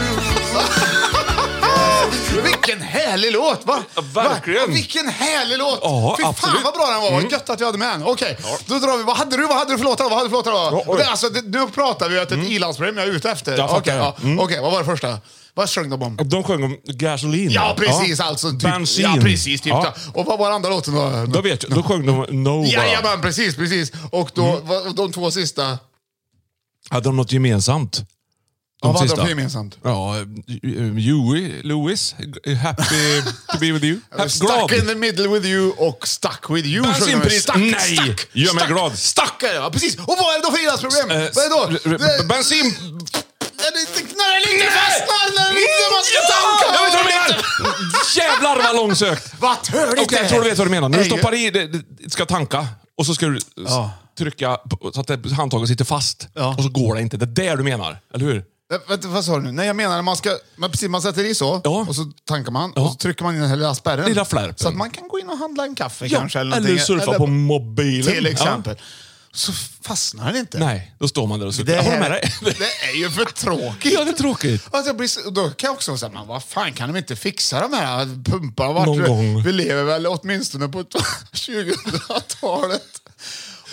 Speaker 6: you.
Speaker 2: Vilken härlig låt! Va?
Speaker 3: Ja, verkligen.
Speaker 2: Va? Vilken härlig låt!
Speaker 3: Ja,
Speaker 2: Fy fan
Speaker 3: absolut. Mm.
Speaker 2: vad bra den var! Gött att vi hade med den. Okej, då drar vi. Vad hade du, vad hade du för låtar? Vad hade du för låtar?
Speaker 3: Ja,
Speaker 2: då?
Speaker 3: oj. Mm.
Speaker 2: det, alltså, det, nu pratar vi ju att det är ett ilandsproblem jag är ute efter.
Speaker 3: Jag fattar,
Speaker 2: Okej,
Speaker 3: ja. Mm.
Speaker 2: Okej, vad var det första? Vad sjöng de om?
Speaker 3: De sjöng om gasolin.
Speaker 2: Ja, precis alltså. Typ,
Speaker 3: Bensin.
Speaker 2: Ja, precis. Typ,
Speaker 3: Ja.
Speaker 2: Och vad var andra låten då?
Speaker 3: Då vet jag. Då sjöng de No bara.
Speaker 2: Jajamän, precis, precis. Och då,
Speaker 3: Mm.
Speaker 2: vad- och de två sista,
Speaker 3: Hade de något gemensamt? De
Speaker 2: ja, vad hade
Speaker 3: sista.
Speaker 2: de gemensamt?
Speaker 3: Ja, Huey Lewis. Happy to be with you. Happy,
Speaker 2: Stuck in the middle with you och Stuck with you. sjunger de.
Speaker 3: Bensinpris.
Speaker 2: Stuck,
Speaker 3: Nej,
Speaker 2: stuck,
Speaker 3: gör mig
Speaker 2: stuck,
Speaker 3: glad.
Speaker 2: Stuck är det, ja, precis. Och vad är det då för ilandsproblem?
Speaker 3: Eh,
Speaker 2: vad är det då?
Speaker 3: r- r-
Speaker 2: Det-
Speaker 3: bensin-
Speaker 2: När det inte- När den inte fastnar, när den inte... Man ska
Speaker 3: Mm, Ja!
Speaker 2: tanka!
Speaker 3: Jag vet vad du menar! Jävlar vad långsökt!
Speaker 2: Vad hör du
Speaker 3: Okej, jag tror du vet vad du menar. När du
Speaker 2: Nej,
Speaker 3: stoppar i, det, det ska tanka. Och så ska du s-
Speaker 2: Ja.
Speaker 3: trycka på- så att det- handtaget sitter fast.
Speaker 2: Ja.
Speaker 3: Och så går det inte. Det är där du menar, eller hur?
Speaker 2: Äh, Vänta, vad sa du nu? Nej, jag menar man ska... Man, precis, man sätter i så,
Speaker 3: Ja.
Speaker 2: och så tankar man,
Speaker 3: Ja.
Speaker 2: och så trycker man in den här lilla spärren.
Speaker 3: Lilla flärpen.
Speaker 2: Så att man kan gå in och handla en kaffe
Speaker 3: Ja,
Speaker 2: kanske. Eller,
Speaker 3: eller
Speaker 2: någonting.
Speaker 3: surfa
Speaker 2: Eller-
Speaker 3: på mobilen.
Speaker 2: Till
Speaker 3: Ja.
Speaker 2: exempel. Så fastnar den inte.
Speaker 3: Nej, då står man där och suckar.
Speaker 2: Det,
Speaker 3: Jag håller med
Speaker 2: här,
Speaker 3: dig.
Speaker 2: det är ju för tråkigt.
Speaker 3: Ja, det är tråkigt.
Speaker 2: Alltså, jag blir, så- då kan jag också säga, men vad fan kan de inte fixa de här äh, pumparna? Vart
Speaker 3: Någon
Speaker 2: vi-
Speaker 3: gång.
Speaker 2: Vi lever väl åtminstone på 2000-talet.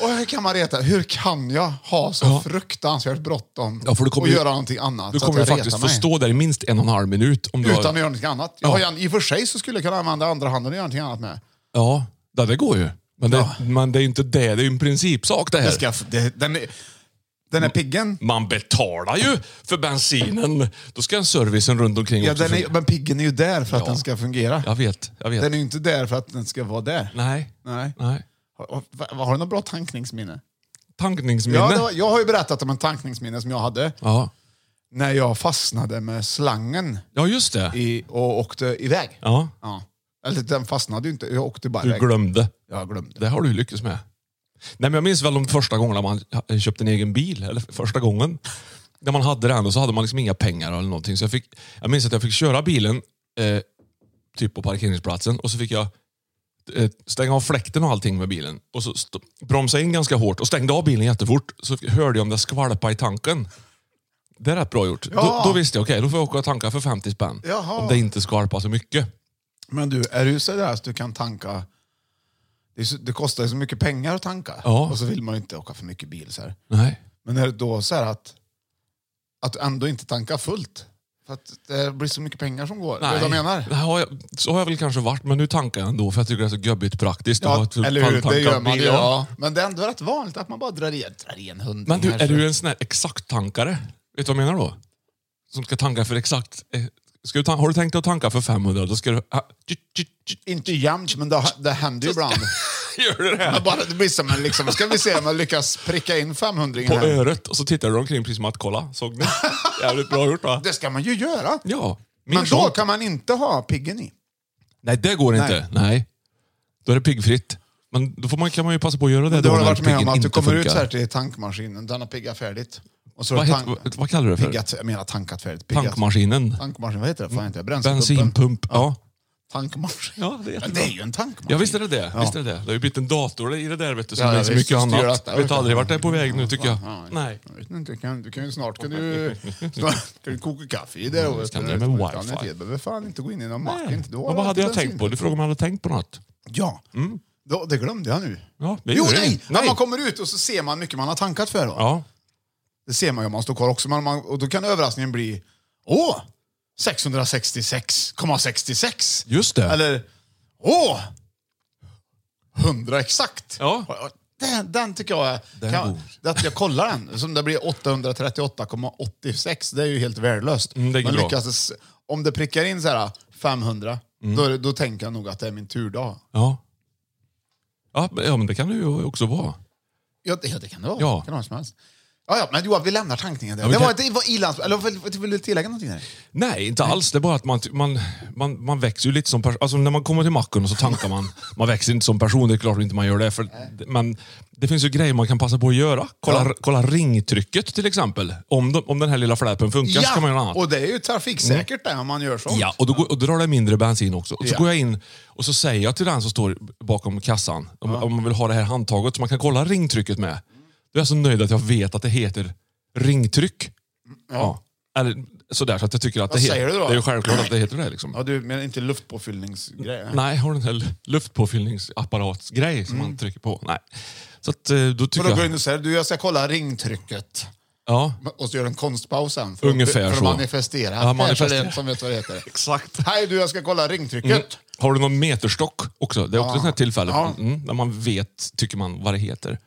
Speaker 2: Och hur kan man reta? Hur kan jag ha så
Speaker 3: Ja.
Speaker 2: fruktansvärt bråttom
Speaker 3: Ja, för du kommer
Speaker 2: och
Speaker 3: ju-
Speaker 2: göra någonting annat?
Speaker 3: Du
Speaker 2: så att
Speaker 3: kommer ju
Speaker 2: jag
Speaker 3: faktiskt
Speaker 2: retar
Speaker 3: få
Speaker 2: mig?
Speaker 3: stå där i minst en och en halv minut. Om du
Speaker 2: Utan
Speaker 3: har...
Speaker 2: att göra någonting annat.
Speaker 3: Ja.
Speaker 2: Ja. Ja, I och för sig så skulle jag kunna använda andra handen och göra någonting annat med.
Speaker 3: Ja, ja, det går ju. Men det,
Speaker 2: Ja.
Speaker 3: men det är ju inte det. Det är ju en principsak det här.
Speaker 2: Det ska, det, den, är- den är piggen.
Speaker 3: Man betalar ju för bensinen. Då ska servicen runt omkring
Speaker 2: Ja,
Speaker 3: också
Speaker 2: den är,
Speaker 3: fungera.
Speaker 2: men piggen är ju där för att
Speaker 3: Ja.
Speaker 2: den ska fungera.
Speaker 3: Jag vet, jag vet.
Speaker 2: Den är ju inte där för att den ska vara där.
Speaker 3: Nej.
Speaker 2: Nej.
Speaker 3: Nej.
Speaker 2: Har, har, har du något bra tankningsminne?
Speaker 3: Tankningsminne.
Speaker 2: Ja, det var, jag har ju berättat om en tankningsminne som jag hade
Speaker 3: ja.
Speaker 2: när jag fastnade med slangen
Speaker 3: ja, just det.
Speaker 2: i, och åkte iväg.
Speaker 3: Ja,
Speaker 2: Ja. Eller den fastnade ju inte, jag åkte bara
Speaker 3: du
Speaker 2: iväg.
Speaker 3: glömde.
Speaker 2: Jag glömde.
Speaker 3: Det har du lyckats med. Nej, men jag minns väl de första gångerna man ha- köpte en egen bil. Eller första gången. När man hade den och så hade man liksom inga pengar eller någonting. Så jag, fick, jag minns att jag fick köra bilen eh, typ på parkeringsplatsen och så fick jag eh, stänga av fläkten och allting med bilen. Och så st- bromsade in ganska hårt och stängde av bilen jättefort. Så f- hörde jag om det skvalpade i tanken. Det är rätt bra gjort.
Speaker 2: Ja.
Speaker 3: Då, då visste jag, okej, då får jag åka och tanka för 50 spänn.
Speaker 2: Jaha.
Speaker 3: Om det inte skvalpar så mycket.
Speaker 2: Men du, är du sådär att du kan tanka... Det, är så, det kostar ju så mycket pengar att tanka
Speaker 3: Ja.
Speaker 2: och så vill man ju inte åka för mycket bil. Så här.
Speaker 3: Nej.
Speaker 2: Men är det då så här att, att du ändå inte tankar fullt? För att det blir så mycket pengar som går. Vet du vad jag menar?
Speaker 3: Det har jag, så har jag väl kanske varit, men nu tankar jag ändå för jag tycker det är så gubbigt praktiskt.
Speaker 2: Ja,
Speaker 3: att ha ett
Speaker 2: eller hur? Det
Speaker 3: panntankat
Speaker 2: gör man
Speaker 3: bil.
Speaker 2: ju. Ja. Men det är ändå rätt vanligt att man bara drar i, drar i en hund.
Speaker 3: Men du, är du en sån här exakt-tankare? Vet du vad jag menar då? Som ska tanka för exakt... eh, Ska du tan- har du tänkt att tanka för 500, då ska du... ah, tju, tju, tju,
Speaker 2: Inte jämt, men det, det händer ju ibland.
Speaker 3: Gör du det här?
Speaker 2: Men bara, det blir som en, liksom, ska vi se om jag lyckas pricka in 500
Speaker 3: På
Speaker 2: här.
Speaker 3: öret och så tittar du omkring precis som att kolla. Såg ni? Jävligt bra gjort va?
Speaker 2: Det ska man ju göra.
Speaker 3: Ja. min
Speaker 2: Men då
Speaker 3: sån.
Speaker 2: kan man inte ha piggen i.
Speaker 3: Nej, det går
Speaker 2: Nej.
Speaker 3: inte. Nej. Då är det piggfritt. Men då får man, kan man ju passa på att göra det
Speaker 2: Du
Speaker 3: då
Speaker 2: har
Speaker 3: när
Speaker 2: varit med om
Speaker 3: piggen
Speaker 2: att du
Speaker 3: inte
Speaker 2: kommer ut
Speaker 3: funkar.
Speaker 2: så här till tankmaskinen, den har piggat färdigt. Och så har
Speaker 3: Vad,
Speaker 2: du
Speaker 3: heter,
Speaker 2: tank-
Speaker 3: vad, vad kallar du det för?
Speaker 2: piggat, jag menar tankat färdigt. Piggat.
Speaker 3: Tankmaskinen.
Speaker 2: Tankmaskin, vad heter det? Fan, heter det? Bränslepumpen?
Speaker 3: Alltså, Bensinpump. Ja.
Speaker 2: Tankmaskin.
Speaker 3: Ja, det är jättebra.
Speaker 2: Men det är ju en tankmaskin.
Speaker 3: Ja, visst är det det.
Speaker 2: Ja.
Speaker 3: Visst är det, det. det har ju blivit en dator i det där vet du, som
Speaker 2: Ja,
Speaker 3: är så
Speaker 2: visst,
Speaker 3: mycket
Speaker 2: styr
Speaker 3: annat.
Speaker 2: detta.
Speaker 3: Jag vet aldrig vart det är på väg nu
Speaker 2: Ja,
Speaker 3: tycker
Speaker 2: fan,
Speaker 3: jag.
Speaker 2: ja.
Speaker 3: Nej.
Speaker 2: Jag vet inte, kan, du kan ju snart kan du, snart kan du koka kaffe i det. och-
Speaker 3: Visst kan Mm, det med
Speaker 2: utan att
Speaker 3: wifi.
Speaker 2: Du behöver fan inte gå in i någon mack.
Speaker 3: Nej.
Speaker 2: Inte, då har
Speaker 3: Men vad
Speaker 2: du
Speaker 3: hade jag
Speaker 2: bensin.
Speaker 3: tänkt på? Du frågade om jag hade tänkt på något.
Speaker 2: Ja, då, det glömde jag nu.
Speaker 3: Ja, det
Speaker 2: Jo,
Speaker 3: gör
Speaker 2: nej!
Speaker 3: inget.
Speaker 2: När man kommer ut och så ser man hur mycket man har tankat för. Va?
Speaker 3: Ja.
Speaker 2: Det ser man ju om man står kvar också. Men man, och då kan överraskningen bli Åh! 666,66!
Speaker 3: Just det.
Speaker 2: Eller Åh! 100 exakt!
Speaker 3: Ja.
Speaker 2: Den, den tycker jag är...
Speaker 3: Den är
Speaker 2: kan,
Speaker 3: god.
Speaker 2: det att jag kollar den, som det blir 838,86, det är ju helt värdelöst.
Speaker 3: Mm, det är
Speaker 2: Men
Speaker 3: bra.
Speaker 2: lyckas, det s- om det prickar in så här 500,
Speaker 3: Mm.
Speaker 2: då, är det- då tänker jag nog att det är min turdag.
Speaker 3: Ja. Ja, men- ja, men det kan det ju också vara.
Speaker 2: Ja, det, ja, det kan det vara.
Speaker 3: Ja.
Speaker 2: Det kan vara som helst. Ja, ja, men Johan, vi lämnar tankningen där.
Speaker 3: Ja, vi
Speaker 2: det
Speaker 3: kan-
Speaker 2: var, det var ilands... Eller vill, vill, vill du tillägga någonting? Där?
Speaker 3: Nej, inte alls. Det är bara att man, man, man, man växer ju lite som person. Alltså när man kommer till macken och så tankar man. Man växer inte som person, det är klart inte man gör det. För, men det finns ju grejer man kan passa på att göra. Kolla,
Speaker 2: Ja.
Speaker 3: kolla ringtrycket till exempel. Om, de, om den här lilla fläpen funkar så kan man göra något annat. Mm.
Speaker 2: och det är ju trafiksäkert det om man gör så.
Speaker 3: Ja, och då, går, och då drar det mindre bensin också. Och så
Speaker 2: Ja.
Speaker 3: går jag in och så säger jag till den som står bakom kassan, om, om man vill ha det här handtaget så man kan kolla ringtrycket med. Då är jag så nöjd att jag vet att det heter ringtryck. Ja. Eller sådär, så att jag tycker att
Speaker 2: Vad
Speaker 3: det
Speaker 2: säger
Speaker 3: heter...
Speaker 2: du då?
Speaker 3: Det är ju självklart att det heter det. Liksom.
Speaker 2: Ja, du menar inte luftpåfyllningsgrejer?
Speaker 3: Nej, har den här luftpåfyllningsapparatsgrej som man trycker på. Nej. Så att, eh, då
Speaker 2: För
Speaker 3: tycker
Speaker 2: Mm. då går du
Speaker 3: jag...
Speaker 2: in och säger du, jag ska kolla ringtrycket.
Speaker 3: Ja,
Speaker 2: Och så gör du en konstpaus sen. För
Speaker 3: Ungefär
Speaker 2: att, för
Speaker 3: så.
Speaker 2: att manifestera.
Speaker 3: Ja, manifestera.
Speaker 2: Kanske det är som vet vad det heter.
Speaker 3: exakt.
Speaker 2: Hej du, jag ska kolla ringtrycket.
Speaker 3: Mm. Har du någon meterstock också? Det är också
Speaker 2: Ja.
Speaker 3: ett sånt här tillfälle
Speaker 2: Ja.
Speaker 3: mm, när man vet, tycker man, vad det heter.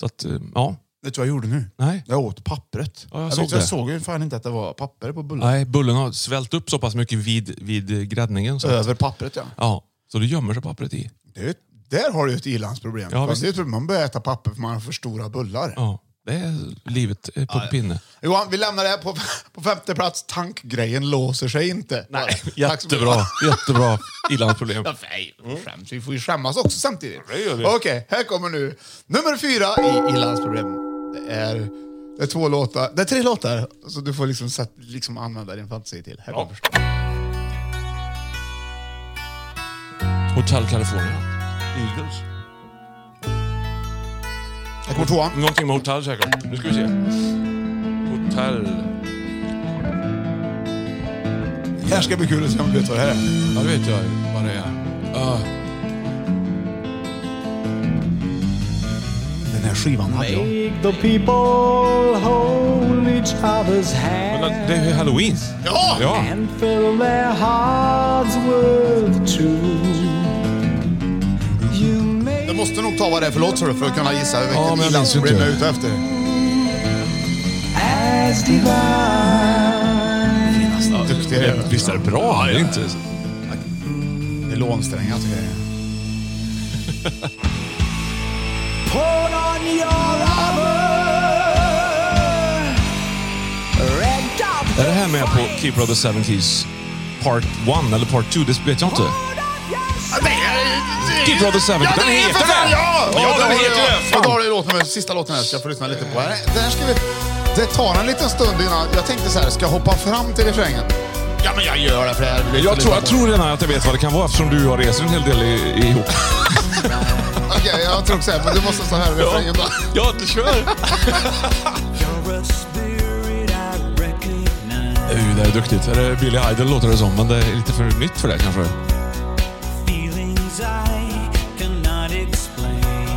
Speaker 3: Så att, eh, ja.
Speaker 2: Vet du vad jag gjorde nu?
Speaker 3: Nej.
Speaker 2: Jag åt pappret.
Speaker 3: Ja, jag
Speaker 2: vet-
Speaker 3: såg det.
Speaker 2: jag såg ju fan inte att det var papper på bullen.
Speaker 3: Nej, bullen har svällt upp så pass mycket vid, vid eh, gräddningen. Så, att-
Speaker 2: Över pappret ja.
Speaker 3: ja, så då gömmer sig pappret i.
Speaker 2: Det, är ju- där har du ju ett i-landsproblem.
Speaker 3: Ja,
Speaker 2: Fast
Speaker 3: visst.
Speaker 2: det är ju ett problem. Man börjar äta papper för man har för stora bullar.
Speaker 3: Ja. Det är livet eh, på pinne.
Speaker 2: Johan, vi lämnar det här på, på femte plats. Tankgrejen låser sig inte.
Speaker 3: Nej,
Speaker 2: Tack så mycket.
Speaker 3: jättebra. Jättebra. Gillans problem.
Speaker 2: Ja, nej, skäms. Vi får ju skämmas också samtidigt.
Speaker 3: det gör vi.
Speaker 2: Okej, här kommer nu nummer fyra i Ilans problem. Det är, det är två låtar. Det är tre låtar, så du får liksom, sätt, liksom använda din fantasi till.
Speaker 3: Ja.
Speaker 2: Här kommer första.
Speaker 3: Hotel California. Eagles.
Speaker 2: Här kommer tvåan.
Speaker 3: Någonting med hotell säkert. Nu ska vi se. Hotell.
Speaker 2: Här ska bli kul att se om du vet vad det här är.
Speaker 3: Ja, det vet jag vad det är. Ah,
Speaker 2: Den här skivan hade jag.
Speaker 6: The people hold each other's hand
Speaker 3: men det- det är ju halloween.
Speaker 2: Ja!
Speaker 3: Ja.
Speaker 6: and fill their hearts with truth. You may
Speaker 2: Jag måste nog ta vad det är för låt sa du, för att kunna gissa vilken
Speaker 3: men jag
Speaker 2: Ilans
Speaker 3: minns ju
Speaker 2: problem jag är
Speaker 3: inte.
Speaker 2: ute efter.
Speaker 6: as divine.
Speaker 2: Duktig är du.
Speaker 3: Eh, Visst är det bra? Det är inte...
Speaker 2: Nylonsträngar tycker jag det är.
Speaker 6: Put on your armor. Red up
Speaker 3: Är det här med på Keeper of the Seven Keys Part 1 eller Part 2? Det vet jag inte. Keeper of the Seven
Speaker 2: Ja,
Speaker 3: Keys.
Speaker 2: den
Speaker 3: Den
Speaker 2: heter
Speaker 3: heter
Speaker 2: det!
Speaker 3: det!
Speaker 2: Ja,
Speaker 3: Ja,
Speaker 2: då
Speaker 3: den
Speaker 2: har
Speaker 3: heter
Speaker 2: jag-
Speaker 3: det,
Speaker 2: Och
Speaker 3: fan.
Speaker 2: då har du låten med sista låten här, ska jag få lyssna lite på. Det här- Det här ska vi... Det tar en liten stund innan... Jag tänkte så här, ska jag hoppa fram till refrängen? Ja, men jag gör det för det här vill
Speaker 3: Jag tror, jag
Speaker 2: lyssna på.
Speaker 3: tror redan att jag vet vad det kan vara eftersom du har reser en hel del i- ihop.
Speaker 2: Okej, jag tror också det, men du måste stå här i refrängen då.
Speaker 3: Ja, du kör! Uh, det är duktigt. Är det Billy Idol låter det som, men det är lite för nytt för det kanske.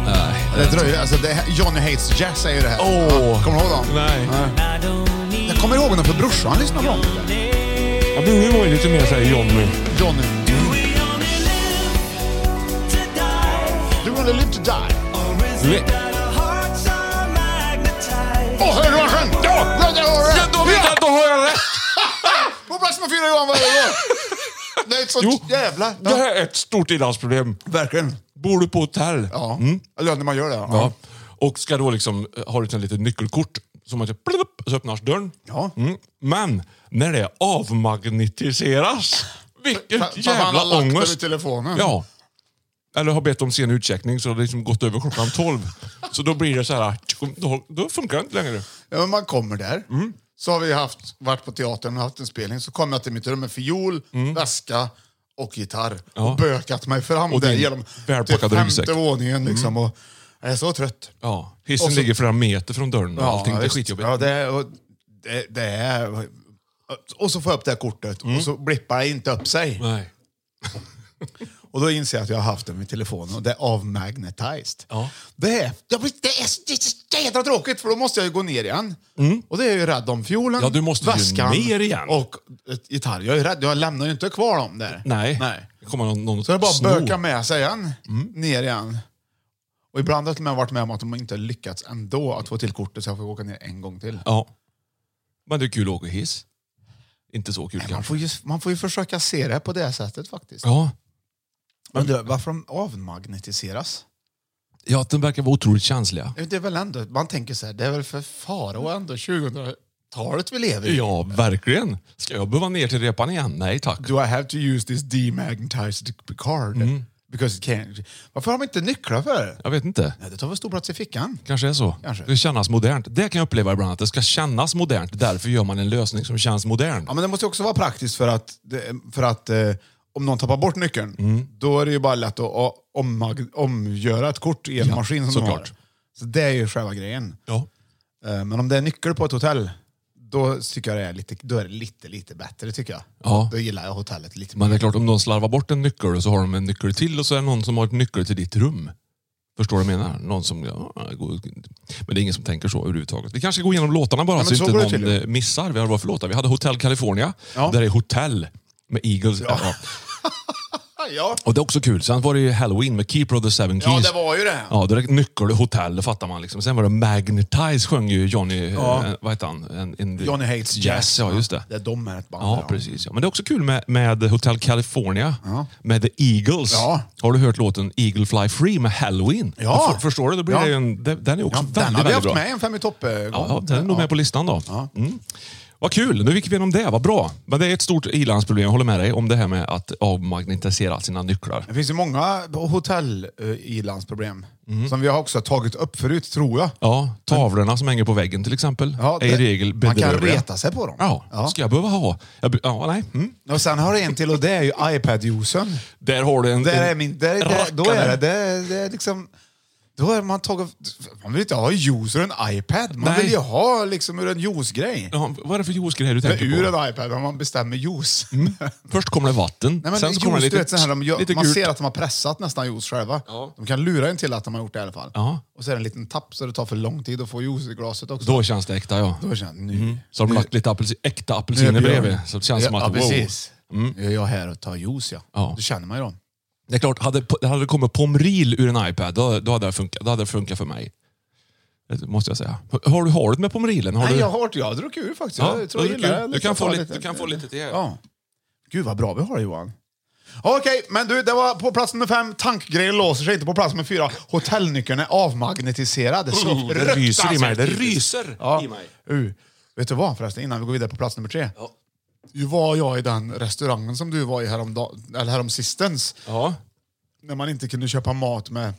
Speaker 3: Nej.
Speaker 2: Det dröjer. Alltså, det här, Johnny Hates Jazz säger det här.
Speaker 3: Åh.
Speaker 2: Ja, kommer du ihåg dem?
Speaker 3: Nej.
Speaker 2: Jag kommer ihåg dem för brorsan lyssnade på dem.
Speaker 3: Ja, Billy var ju lite mer såhär Johnny.
Speaker 2: Johnny. Do wanna live to die?
Speaker 3: Le-
Speaker 2: Åh, hörde du vad han sjöng?
Speaker 3: Ja!
Speaker 2: Ja, det var det.
Speaker 3: Ja, då vet jag, då har jag rätt!
Speaker 2: På plats nummer fyra Johan, vad är det då? Det är ett sånt
Speaker 3: Jo.
Speaker 2: jävla...
Speaker 3: Det här är ett stort i-landsproblem.
Speaker 2: Verkligen.
Speaker 3: Bor du på hotell? Mm.
Speaker 2: Ja. Eller när man gör det. Ja.
Speaker 3: Ja. Och ska då liksom, eh, har du ett litet nyckelkort som man typ plupp, så öppnas dörren.
Speaker 2: Ja.
Speaker 3: Mm. Men när det avmagnetiseras,
Speaker 2: För- för
Speaker 3: vilket
Speaker 2: man har
Speaker 3: jävla
Speaker 2: lagt den i
Speaker 3: ångest.
Speaker 2: telefonen.
Speaker 3: Ja. Eller har bett om sen utcheckning så det har liksom gått över klockan 12. så då blir det så här, tjum, då, då funkar det inte längre.
Speaker 2: Ja, men man kommer där.
Speaker 3: Mm.
Speaker 2: Så har vi haft, varit på teatern och haft en spelning. Så kommer jag till mitt rum med fiol,
Speaker 3: Mm.
Speaker 2: väska och gitarr. Och bökat mig fram
Speaker 3: Och
Speaker 2: där
Speaker 3: din
Speaker 2: genom
Speaker 3: välpackade
Speaker 2: till
Speaker 3: ryggsäck. Mm.
Speaker 2: femte våningen. Liksom, och jag är så trött.
Speaker 3: Ja. Hissen
Speaker 2: Och så-
Speaker 3: ligger flera meter från dörren och allting. Det är
Speaker 2: visst.
Speaker 3: skitjobbigt.
Speaker 2: Ja, det, är- och det, det är... Och så får jag upp det här kortet och så blippar det inte upp sig.
Speaker 3: Mm. Nej.
Speaker 2: Och då inser jag att jag har haft den vid telefonen och det är avmagnetized.
Speaker 3: Ja.
Speaker 2: Det, är, jag blir- det, är, så- det är så jädra tråkigt för då måste jag ju gå ner igen. Och det är jag ju rädd om fiolen,
Speaker 3: Mm. Ja, du måste ju
Speaker 2: väskan
Speaker 3: ner igen.
Speaker 2: och ett gitarr. Jag är ju rädd, jag lämnar ju inte kvar dem där.
Speaker 3: Nej.
Speaker 2: Nej.
Speaker 3: Det kommer någon, någon
Speaker 2: Så det är bara att
Speaker 3: sno.
Speaker 2: böka med sig igen,
Speaker 3: Mm.
Speaker 2: ner igen. Och ibland har jag till och med varit med om att de inte har lyckats ändå att få till kortet så jag får åka ner en gång till.
Speaker 3: Ja. Men det är kul att åka hiss. Inte så kul
Speaker 2: Nej, Man
Speaker 3: kanske.
Speaker 2: får, ju, man får ju försöka se det på det sättet faktiskt.
Speaker 3: Ja.
Speaker 2: Men du, varför de avmagnetiseras?
Speaker 3: ja, att den verkar vara otroligt känsliga.
Speaker 2: Det är väl ändå, man tänker så här, det är väl för farao ändå 2000-talet vi lever i.
Speaker 3: Ja, verkligen. Ska jag behöva ner till repan igen? Nej tack.
Speaker 2: Do I have to use this demagnetized card?
Speaker 3: Mm.
Speaker 2: Because it can't... Varför har man inte nycklar för det?
Speaker 3: Jag vet inte.
Speaker 2: Nej, det tar väl stor plats i fickan?
Speaker 3: Kanske är så.
Speaker 2: Kanske.
Speaker 3: Det kännas modernt. Det kan jag uppleva ibland, att det ska kännas modernt. Därför gör man en lösning som känns modern.
Speaker 2: Ja, men det måste ju också vara praktiskt för att, det- för att eh, om någon tappar bort nyckeln,
Speaker 3: Mm.
Speaker 2: då är det ju bara lätt att a- ommag- omgöra ett kort i en maskin som de har.
Speaker 3: såklart.
Speaker 2: Så det är ju själva grejen.
Speaker 3: Ja.
Speaker 2: Eh, Men om det är nyckel på ett hotell, då tycker jag det är lite, då är det lite, lite bättre tycker jag.
Speaker 3: Ja.
Speaker 2: Då gillar jag hotellet lite mer.
Speaker 3: Men det är klart, om någon slarvar bort en nyckel och så har de en nyckel till och så är det någon som har ett nyckel till ditt rum. Förstår du vad jag menar? Någon som... Ja, går- men det är ingen som tänker så överhuvudtaget. Vi kanske går igenom låtarna bara
Speaker 2: men
Speaker 3: så,
Speaker 2: så går det
Speaker 3: inte
Speaker 2: till.
Speaker 3: någon eh, missar. Vi hade vad för låtar? Vi hade Hotel California.
Speaker 2: Ja.
Speaker 3: Där är hotell med Eagles. Ja.
Speaker 2: Ah, ja.
Speaker 3: Och det är också kul. Sen var det ju Halloween med Keeper of the Seven
Speaker 2: ja,
Speaker 3: Keys.
Speaker 2: det var ju det.
Speaker 3: Ja, direkt nyckel och hotell, det fattar man. Liksom. Sen var det Magnetize sjöng ju Johnny... Eh, vad heter han? En- in the-
Speaker 2: Johnny Hates
Speaker 3: Yes,
Speaker 2: Jazz.
Speaker 3: ja, just det.
Speaker 2: Det är de är ett band.
Speaker 3: Ja,
Speaker 2: ja.
Speaker 3: precis. Ja. Men det är också kul med, med Hotel California, med The Eagles.
Speaker 2: Ja.
Speaker 3: Har du hört låten Eagle Fly Free med Halloween?
Speaker 2: Ja.
Speaker 3: För, förstår du? Då blir
Speaker 2: Ja.
Speaker 3: det ju en, den den är också
Speaker 2: Ja,
Speaker 3: väldigt,
Speaker 2: den har vi
Speaker 3: väldigt
Speaker 2: haft
Speaker 3: bra.
Speaker 2: med i en Fem i topp. eh,
Speaker 3: Ja, ja, den är nog med på listan då. Mm. Vad kul! Nu gick vi igenom det, vad bra. Men det är ett stort i-landsproblem, jag håller med dig, om det här med att avmagnetisera sina nycklar.
Speaker 2: Det finns ju många hotell-ilandsproblem
Speaker 3: Mm.
Speaker 2: som vi har också tagit upp förut, tror jag.
Speaker 3: Ja, tavlorna som hänger på väggen till exempel
Speaker 2: Ja,
Speaker 3: är i
Speaker 2: det-
Speaker 3: regel
Speaker 2: man kan
Speaker 3: bedrövliga.
Speaker 2: reta sig på dem.
Speaker 3: Ja,
Speaker 2: Ja.
Speaker 3: ska jag behöva ha? Jag, be- ja, nej. Mm.
Speaker 2: Och sen har du en till och det är ju iPad-juicen.
Speaker 3: Där har du en...
Speaker 2: Där
Speaker 3: en
Speaker 2: är min, där, där, då är det,
Speaker 3: rackare.
Speaker 2: det, är- det är liksom... Då är man tagit... Man vill inte ha juice ur en iPad. Man
Speaker 3: Nej.
Speaker 2: vill ju ha liksom ur en juicegrej.
Speaker 3: Ja, vad är det för juicegrejer du
Speaker 2: Men
Speaker 3: tänker
Speaker 2: Ur
Speaker 3: på?
Speaker 2: en iPad, om man bestämmer juice.
Speaker 3: Först kommer det vatten,
Speaker 2: Nej,
Speaker 3: sen
Speaker 2: men
Speaker 3: så
Speaker 2: juice,
Speaker 3: kommer det
Speaker 2: du
Speaker 3: lite,
Speaker 2: vet, sån här, de gör,
Speaker 3: lite
Speaker 2: man
Speaker 3: gult.
Speaker 2: ser att de har pressat nästan juice själva.
Speaker 3: Ja.
Speaker 2: De kan lura en till att de har gjort det i alla fall.
Speaker 3: Ja.
Speaker 2: Och så är det en liten tapp så det tar för lång tid att få juice i glaset också.
Speaker 3: Då känns det äkta, ja.
Speaker 2: Då känner jag, nu...
Speaker 3: Så har de lagt lite apelsi, äkta apelsiner bredvid, så det känns
Speaker 2: ja,
Speaker 3: som att
Speaker 2: ja,
Speaker 3: wow. Mm.
Speaker 2: precis. Jag är här och tar juice, ja.
Speaker 3: Ja.
Speaker 2: Då känner man ju dem.
Speaker 3: Det är klart, hade, hade det kommit pomril ur en iPad, då, då, hade det funkat, då hade det funkat för mig. Det måste jag säga. Har du hålet med pomrilen? Har
Speaker 2: Nej,
Speaker 3: du,
Speaker 2: jag har jag har druckit ur faktiskt.
Speaker 3: Ja,
Speaker 2: jag tror jag
Speaker 3: du,
Speaker 2: gillar det.
Speaker 3: du, kan
Speaker 2: Jag
Speaker 3: få
Speaker 2: tar
Speaker 3: lite, du kan få lite till. Ja.
Speaker 2: Ja. Gud vad bra vi har det Johan. Okej, men du, det var på plats nummer fem. Tankgrejen låser sig inte på plats nummer fyra. Hotellnyckeln är avmagnetiserad. Så
Speaker 3: Oh, det ryser i mig. Det
Speaker 2: fruktansvärt
Speaker 3: ryser
Speaker 2: Ja.
Speaker 3: i mig.
Speaker 2: Uh, vet du vad förresten, innan vi går vidare på plats nummer tre. Ju var jag i den restaurangen som du var i häromdag- eller häromsistens.
Speaker 3: Ja.
Speaker 2: När man inte kunde köpa mat med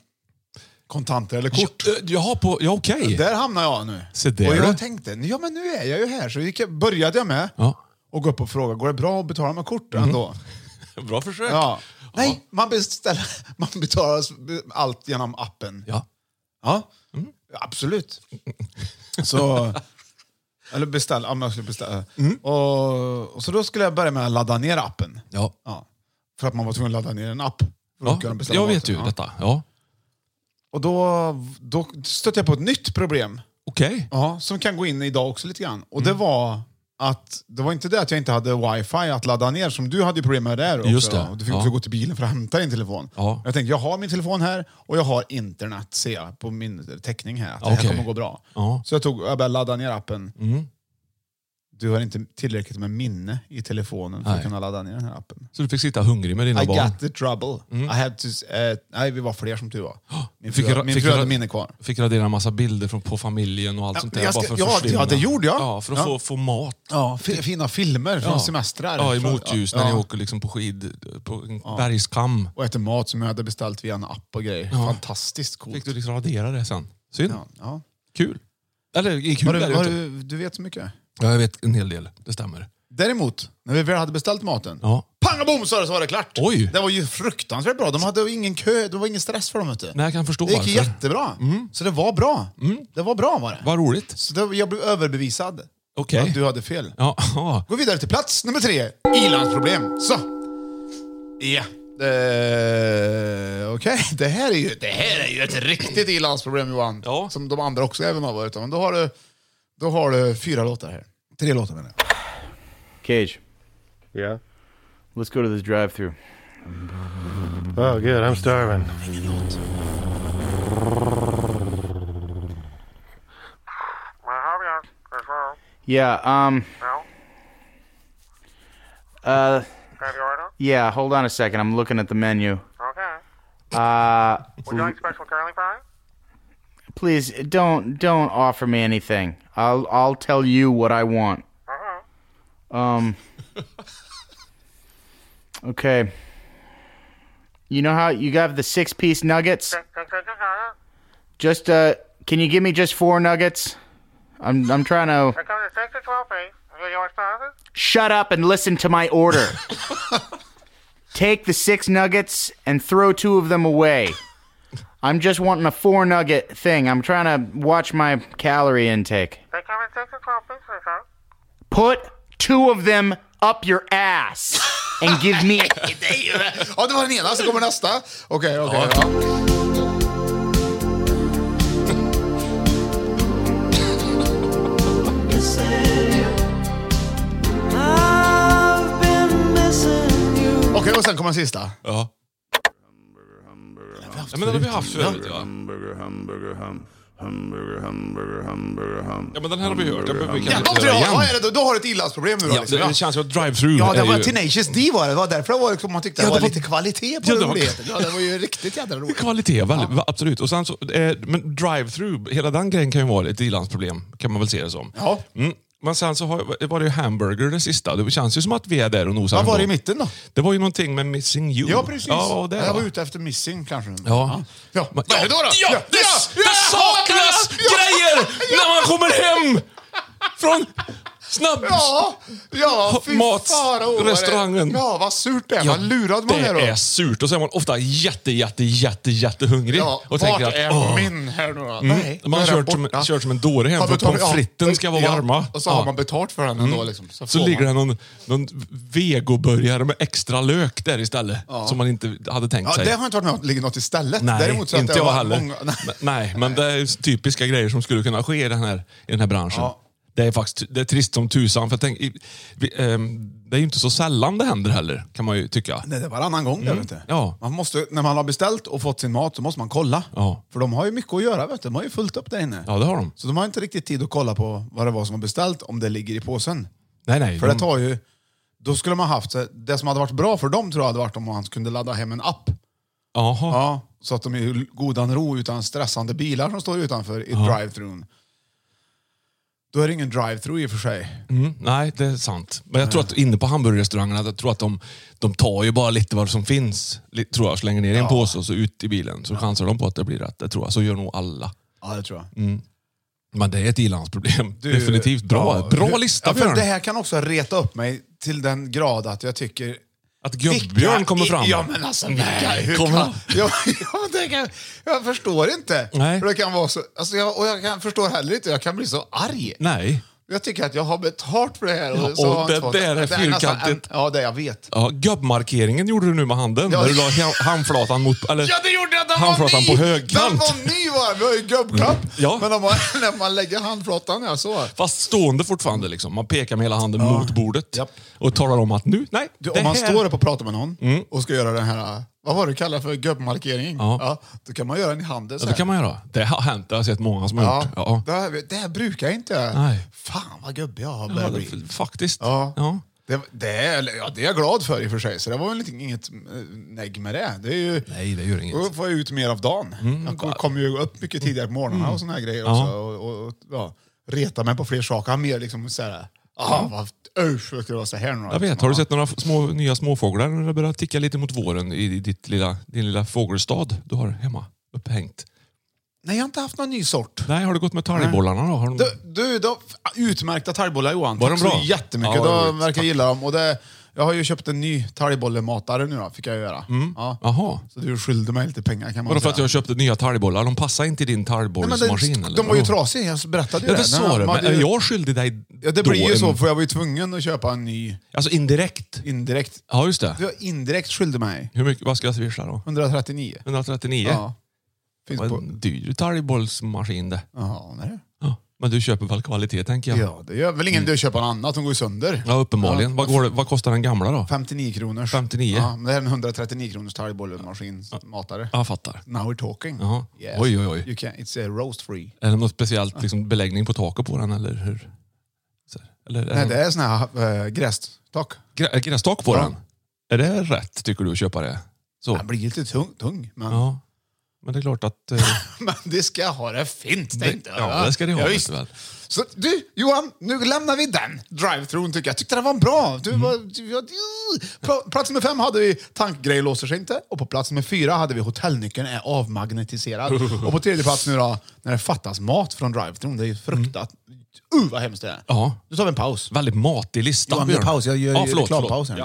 Speaker 2: kontanter eller
Speaker 3: Ja,
Speaker 2: kort.
Speaker 3: eh, Jaha, på, ja, okej.
Speaker 2: Där hamnar jag nu.
Speaker 3: Se där,
Speaker 2: och
Speaker 3: du.
Speaker 2: jag tänkte, ja men nu är jag ju här. Så gick jag, började jag med
Speaker 3: Ja.
Speaker 2: och gå upp och fråga, går det bra att betala med kort
Speaker 3: Mm-hmm.
Speaker 2: ändå?
Speaker 3: Bra försök.
Speaker 2: Ja. Nej, man, beställer, man betalar s- be- allt genom appen.
Speaker 3: Ja.
Speaker 2: Ja, Mm. absolut. Så, eller beställa, om jag skulle beställa.
Speaker 3: Mm.
Speaker 2: Och, och så då skulle jag börja med att ladda ner appen.
Speaker 3: Ja.
Speaker 2: Ja. För att man var tvungen att ladda ner en app. För
Speaker 3: Ja,
Speaker 2: att kunna beställa
Speaker 3: jag vet
Speaker 2: maten.
Speaker 3: ju
Speaker 2: Ja.
Speaker 3: detta. Ja.
Speaker 2: Och då, då stötte jag på ett nytt problem.
Speaker 3: Okej.
Speaker 2: Ja, som kan gå in idag också lite grann. Och
Speaker 3: Mm.
Speaker 2: det var att det var inte det att jag inte hade wifi att ladda ner som du hade ju problem med där också.
Speaker 3: Just det,
Speaker 2: Och Du fick
Speaker 3: ja.
Speaker 2: också gå till bilen för att hämta din telefon.
Speaker 3: Ja.
Speaker 2: Jag tänkte, jag har min telefon här och jag har internet ser jag på min teckning här. Att det
Speaker 3: Okej.
Speaker 2: här kommer gå bra.
Speaker 3: Ja.
Speaker 2: Så jag, tog, jag började ladda ner appen.
Speaker 3: Mm.
Speaker 2: Du har inte tillräckligt med minne i telefonen för
Speaker 3: Nej.
Speaker 2: att kunna ladda ner den här appen.
Speaker 3: Så du fick sitta hungrig med dina
Speaker 2: I
Speaker 3: barn? Mm.
Speaker 2: got the trouble. I had to, eh, nej, vi var fler som tur var. Min
Speaker 3: Fick
Speaker 2: fru,
Speaker 3: ra-
Speaker 2: min
Speaker 3: fick
Speaker 2: fru hade
Speaker 3: ra-
Speaker 2: minne kvar.
Speaker 3: Fick radera en massa bilder från, på familjen och allt
Speaker 2: Ja,
Speaker 3: sånt där.
Speaker 2: jag
Speaker 3: bara
Speaker 2: ska-
Speaker 3: för att
Speaker 2: ja,
Speaker 3: försvinna.
Speaker 2: ja, det gjorde jag.
Speaker 3: Ja, för att
Speaker 2: Ja.
Speaker 3: Få, få mat.
Speaker 2: Ja, fi- fina filmer från semestrar.
Speaker 3: Ja, i
Speaker 2: Från-
Speaker 3: motljus
Speaker 2: ja.
Speaker 3: när ni åker liksom på skid på en bergskam.
Speaker 2: och äter mat som jag hade beställt via en app och grejer. Fantastiskt coolt.
Speaker 3: Fick du liksom radera det sen? Synd.
Speaker 2: ja, ja.
Speaker 3: Kul. Eller i kul
Speaker 2: Har
Speaker 3: är det
Speaker 2: du,
Speaker 3: ju
Speaker 2: har
Speaker 3: inte.
Speaker 2: du, du vet så mycket.
Speaker 3: Ja, jag vet en hel del. Det stämmer.
Speaker 2: Däremot, när vi väl hade beställt maten,
Speaker 3: Ja.
Speaker 2: pang och bom sa det så var det klart.
Speaker 3: Oj.
Speaker 2: Det var ju fruktansvärt bra. De hade ju ingen kö, det var ingen stress för dem. Vet du.
Speaker 3: Nej, jag kan förstå
Speaker 2: det gick
Speaker 3: varför.
Speaker 2: jättebra.
Speaker 3: Mm.
Speaker 2: Så det var bra. Det var bra var det.
Speaker 3: Vad roligt.
Speaker 2: Så det, jag blev överbevisad.
Speaker 3: Okej.
Speaker 2: Att du hade fel.
Speaker 3: Ja, ja.
Speaker 2: Gå vidare till plats nummer tre. Ilandsproblem. Så. Ja. Eh, Okej, det, här är ju- det här är ju ett riktigt ilandsproblem Johan.
Speaker 3: Ja.
Speaker 2: Som de andra också även har varit. Men då har du, då har du fyra låtar här. Tre låtar menar jag.
Speaker 8: Cage,
Speaker 4: Yeah.
Speaker 8: let's go to this drive through
Speaker 4: Oh, good. I'm starving.
Speaker 8: Yeah, um... Uh... Yeah, hold on a second. I'm looking at the menu.
Speaker 4: Okay.
Speaker 8: Uh,
Speaker 4: Would you like special curly fries?
Speaker 8: please don't don't offer me anything. I'll I'll tell you what I want. Um. Okay. You know how you got the six piece nuggets? Just uh, can you give me just four nuggets? I'm I'm trying to
Speaker 4: It comes in six to twelve piece. You want spices?
Speaker 8: shut up and listen to my order. Take the six nuggets and throw two of them away. I'm just wanting a four nugget thing. I'm trying to watch my calorie intake.
Speaker 4: They come in six to twelve piece, sir.
Speaker 8: Put two of them up your ass and give me.
Speaker 2: Ja, det var den ena, så kommer nästa. Okej, okej. ja. Okej, och och sen kommer den sista.
Speaker 3: Ja. Ja, men den har vi haft förut, ja. Ja, men den här har vi hört. Den behöver vi
Speaker 2: Mm. Ja,
Speaker 3: kanske
Speaker 2: då,
Speaker 3: inte
Speaker 2: tror
Speaker 3: höra
Speaker 2: jag, vad
Speaker 3: igen.
Speaker 2: är det då? då har du ett illansproblem nu då.
Speaker 3: Ja,
Speaker 2: liksom,
Speaker 3: det, det känns ju att drive-through
Speaker 2: Ja, det
Speaker 3: är
Speaker 2: var
Speaker 3: ju...
Speaker 2: Tenacious D var det. Det var därför det var liksom, man tyckte
Speaker 3: Ja,
Speaker 2: det
Speaker 3: det
Speaker 2: var
Speaker 3: var-
Speaker 2: lite kvalitet på
Speaker 3: Ja,
Speaker 2: ja,
Speaker 3: det var-
Speaker 2: roligheten. Ja, det var ju riktigt jävla roligt.
Speaker 3: Kvalitet, väldigt, absolut. Och sen så, eh, men drive-through, hela den grejen kan ju vara ett ilandsproblem, kan man väl se det som.
Speaker 2: Ja.
Speaker 3: Mm. Men sen så har, var det ju hamburger det sista. Det känns ju som att vi är där och nosar.
Speaker 2: Vad var det i
Speaker 3: ändå.
Speaker 2: mitten då?
Speaker 3: Det var ju någonting med Missing You.
Speaker 2: Ja, precis.
Speaker 3: Ja, det,
Speaker 2: jag
Speaker 3: va?
Speaker 2: var ute efter Missing kanske.
Speaker 3: Ja.
Speaker 2: Ja.
Speaker 3: Men-
Speaker 2: Vad är det då? då?
Speaker 3: Ja, det, det saknas grejer när man kommer hem från snabb...
Speaker 2: Ja, ja, fy
Speaker 3: Mats,
Speaker 2: fara och vad det-
Speaker 3: restaurangen.
Speaker 2: Ja, vad surt det är.
Speaker 3: Ja,
Speaker 2: Vad lurad man
Speaker 3: det
Speaker 2: är då.
Speaker 3: är surt. Och så är man ofta jätte, jätte, jätte, jättehungrig.
Speaker 2: Ja,
Speaker 3: och
Speaker 2: vart
Speaker 3: tänker att,
Speaker 2: är
Speaker 3: åh.
Speaker 2: min här nu då?
Speaker 3: Mm. Man har
Speaker 2: den är
Speaker 3: kört som,
Speaker 2: borta.
Speaker 3: kört som en dåre hem
Speaker 2: Har
Speaker 3: för att
Speaker 2: betalt-
Speaker 3: pommes fritesen ska vara
Speaker 2: ja,
Speaker 3: varma.
Speaker 2: Och så har
Speaker 3: Ja. Mm.
Speaker 2: man betalt för den ändå. Liksom.
Speaker 3: Så,
Speaker 2: får
Speaker 3: ligger
Speaker 2: man.
Speaker 3: det någon, någon vegoburgare med extra lök där istället. Som man inte hade tänkt
Speaker 2: Ja,
Speaker 3: sig.
Speaker 2: det har inte varit med att ligga något istället.
Speaker 3: Nej,
Speaker 2: Däremot så att
Speaker 3: inte
Speaker 2: det
Speaker 3: jag
Speaker 2: var
Speaker 3: heller.
Speaker 2: många-
Speaker 3: Men- Nej, men det är typiska grejer som skulle kunna ske i den här, i den här branschen.
Speaker 2: Ja.
Speaker 3: Det är faktiskt det är trist som tusan. För jag tänk, i- vi, ehm, det är ju inte så sällan det händer heller, kan man ju tycka.
Speaker 2: Nej, det är varannan gång det, vet du.
Speaker 3: Mm. Ja.
Speaker 2: Man måste, när man har beställt och fått sin mat så måste man kolla.
Speaker 3: Ja.
Speaker 2: För de har ju mycket att göra, vet du. De har ju fullt upp där inne.
Speaker 3: Ja, det har de.
Speaker 2: Så de har inte riktigt tid att kolla på vad det var som var beställt, om det ligger i påsen.
Speaker 3: Nej, nej.
Speaker 2: För
Speaker 3: de,
Speaker 2: det tar ju... Då skulle man haft... Det som hade varit bra för dem tror jag hade varit om man kunde ladda hem en app.
Speaker 3: Jaha.
Speaker 2: Ja, så att de är i godan ro utan stressande bilar som står utanför i drive-thrun. Då är det ingen drive-thru i och för sig.
Speaker 3: Mm, nej, det är sant. Men jag tror att inne på hamburgerrestaurangerna, jag tror att de, de tar ju bara lite vad som finns. li- Tror jag, slänger ner i en påse och så ut i bilen. Så chansar de på att det blir rätt. Det tror jag. Så gör nog alla.
Speaker 2: Ja, det tror jag.
Speaker 3: Mm. Men det är ett ilandsproblem.
Speaker 2: Du-
Speaker 3: Definitivt. Bra,
Speaker 2: Ja,
Speaker 3: bra
Speaker 2: hur-
Speaker 3: lista
Speaker 2: ja, men
Speaker 3: Björn.
Speaker 2: Det här kan också reta upp mig till den grad att jag tycker...
Speaker 3: Att
Speaker 2: Vilka-
Speaker 3: gubb-Björn kommer fram.
Speaker 2: Ja, men alltså vilka...
Speaker 3: Nej,
Speaker 2: hur
Speaker 3: kommer
Speaker 2: kan,
Speaker 3: han?
Speaker 2: ja, ja, det kan, jag förstår inte.
Speaker 3: Nej.
Speaker 2: För det kan vara så, alltså jag, och jag kan, förstår heller inte, jag kan bli så arg.
Speaker 3: Nej.
Speaker 2: Jag tycker att jag har betalt för det här.
Speaker 3: Ja,
Speaker 2: så
Speaker 3: och
Speaker 2: har jag
Speaker 3: det
Speaker 2: inte fått-
Speaker 3: där är
Speaker 2: nästan En,
Speaker 3: fyrkantigt.
Speaker 2: ja, det jag vet.
Speaker 3: Ja, gubbmarkeringen gjorde du nu med handen.
Speaker 2: Ja.
Speaker 3: När du la ha- handflatan mot... Eller,
Speaker 2: Ja, det gjorde jag! Den var
Speaker 3: handflatan
Speaker 2: ny!
Speaker 3: på högkant.
Speaker 2: Den var ny var Vi har ju gubbklapp.
Speaker 3: Ja.
Speaker 2: Men om man, när man lägger handflatan, ja så.
Speaker 3: Fast stående fortfarande. Liksom. Man pekar med hela handen mot bordet
Speaker 2: Japp.
Speaker 3: och talar om att nu, nej,
Speaker 2: Du,
Speaker 3: det
Speaker 2: om man
Speaker 3: här- Mm.
Speaker 2: står upp och pratar med någon och ska göra den här, vad var det du kallade för, gubbmarkering?
Speaker 3: Ja.
Speaker 2: då kan man göra den i handen så
Speaker 3: Ja,
Speaker 2: här.
Speaker 3: det kan man göra. Det har hänt. Det har jag sett många som har
Speaker 2: Ja,
Speaker 3: gjort. Ja.
Speaker 2: Det, här, det här brukar jag inte göra.
Speaker 3: Nej.
Speaker 2: Fan vad gubbig jag har
Speaker 3: Ja,
Speaker 2: börjat bli.
Speaker 3: det- faktiskt.
Speaker 2: Ja.
Speaker 3: Ja.
Speaker 2: Det, det, är, ja, det är jag glad för i och för sig, så det var väl lite- inget eh, negg med det. det är ju,
Speaker 3: Nej, Mm. det gör inget.
Speaker 2: Då får jag ut mer av dagen. Jag kom- kommer ju upp mycket tidigare på
Speaker 3: Mm.
Speaker 2: morgnarna och såna här grejer. Också, och, och, och, ja, reta mig på fler saker. Han mer liksom så här, ah, vad usch, vad ska det vara så här nu då?"
Speaker 3: Jag vet. Har du sett några f- små, nya småfåglar när det börjar ticka lite mot våren i i ditt lilla, din lilla fågelstad du har hemma upphängt?
Speaker 2: Nej, jag har inte haft någon ny sort.
Speaker 3: Nej, har du gått med talgbollarna då? Har de...
Speaker 2: Du, du då, utmärkta talgbollar Johan.
Speaker 3: Var
Speaker 2: Tack
Speaker 3: de
Speaker 2: så
Speaker 3: bra?
Speaker 2: jättemycket.
Speaker 3: Ja,
Speaker 2: du
Speaker 3: vad
Speaker 2: har-
Speaker 3: roligt.
Speaker 2: verkar
Speaker 3: Tack.
Speaker 2: gilla dem. Och det, jag har ju köpt en ny talgbollematare nu då, fick jag göra. Ja.
Speaker 3: Jaha.
Speaker 2: Så du skyllde mig lite pengar kan man
Speaker 3: Mm. Vadå
Speaker 2: säga.
Speaker 3: för att jag köpte nya talgbollar? De passar inte i din
Speaker 2: Nej, men
Speaker 3: talgbollsmaskin?
Speaker 2: det,
Speaker 3: eller
Speaker 2: de var ju
Speaker 3: vadå?
Speaker 2: trasiga, jag berättade ju
Speaker 3: Ja, det
Speaker 2: det. Nej,
Speaker 3: sa du.
Speaker 2: de
Speaker 3: Men
Speaker 2: hade
Speaker 3: är
Speaker 2: ju-
Speaker 3: jag skyldig dig
Speaker 2: Ja, det
Speaker 3: då
Speaker 2: blir ju
Speaker 3: en-
Speaker 2: så, för jag var ju tvungen att köpa en ny
Speaker 3: Alltså indirekt.
Speaker 2: indirekt.
Speaker 3: Ja, just det.
Speaker 2: Du har indirekt skyldig mig.
Speaker 3: Hur mycket, vad ska jag swisha då?
Speaker 2: 139.
Speaker 3: 139?
Speaker 2: Ja. Finns
Speaker 3: Vad
Speaker 2: på...
Speaker 3: en dyr talgbollsmaskin det.
Speaker 2: Ja, nej.
Speaker 3: Ja. Men du köper väl kvalitet, tänker jag?
Speaker 2: ja, det gör väl ingen du köper en annan, de går ju sönder.
Speaker 3: Mm. Ja, uppenbarligen. Vad, går det, vad kostar den gamla då?
Speaker 2: 59 kronors.
Speaker 3: 59?
Speaker 2: Ja, men det här är en 139 kronors talgbollemaskin, matare.
Speaker 3: Jag fattar.
Speaker 2: Now we're talking.
Speaker 3: Jaha. Oj, oj, oj.
Speaker 2: You can, it's a roast free.
Speaker 3: Är det något speciellt liksom, beläggning på taket på den, eller hur? Så här. Eller är
Speaker 2: Nej,
Speaker 3: det
Speaker 2: det är sån här äh, grästak.
Speaker 3: grä- grästak på
Speaker 2: Ja.
Speaker 3: den? Är det rätt, tycker du, att köpa det? Så.
Speaker 2: Den blir lite tung, tung men,
Speaker 3: Ja. Men det är klart att... eh,
Speaker 2: men det ska ha det fint.
Speaker 3: Det-
Speaker 2: tänkte jag.
Speaker 3: ja, det ska det ha,
Speaker 2: Ja,
Speaker 3: vet
Speaker 2: visst.
Speaker 3: du väl.
Speaker 2: Så, du, Johan, nu lämnar vi den drive-through tycker jag. Jag tyckte den var bra.
Speaker 3: Mm.
Speaker 2: Du, var, du, ja, du. Pla- Plats nummer fem hade vi tankgrej låser sig inte. Och på plats nummer fyra hade vi hotellnyckeln är avmagnetiserad. och på tredje plats nu då, när det fattas mat från drive-through. Det är ju fruktat. Uh, vad hemskt det är.
Speaker 3: Mm. ja.
Speaker 2: Nu tar vi en paus.
Speaker 3: Väldigt matig lista,
Speaker 2: Johan, vi gör
Speaker 3: Björn.
Speaker 2: paus. Jag gör
Speaker 3: ja,
Speaker 2: ju
Speaker 3: förlåt,
Speaker 2: reklampaus
Speaker 3: förlåt.
Speaker 2: här.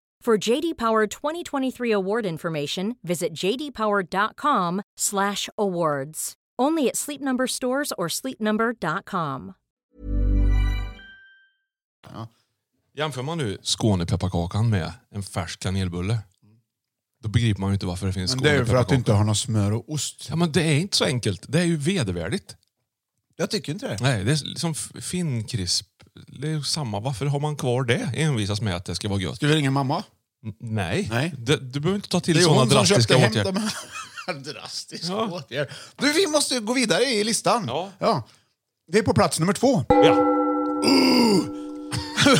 Speaker 9: For JD Power 2023 award information, visit jdpower.com/awards. Only at Sleep Number stores or sleepnumber.com.
Speaker 3: Jämför man nu Skånepepparkakan med en färsk kanelbulle, då begriper man ju inte varför det finns
Speaker 2: Men det är ju för att du inte har något smör och ost.
Speaker 3: Ja, men det är inte så enkelt. Det är ju vedervärdigt.
Speaker 2: Jag tycker inte det.
Speaker 3: Nej, det är liksom f- finkrisp. Det är ju samma. Varför har man kvar det? Envisas med att det ska vara gött.
Speaker 2: Ska vi ringa mamma?
Speaker 3: Nej.
Speaker 2: Nej.
Speaker 3: Det, du behöver inte ta
Speaker 2: Det
Speaker 3: till
Speaker 2: är
Speaker 3: sådana
Speaker 2: hon som
Speaker 3: drastiska
Speaker 2: köpte hem
Speaker 3: åtgärder.
Speaker 2: de här drastiska åtgärder. Du, vi måste gå vidare i listan. Ja. Det är på plats nummer två.
Speaker 3: Ja.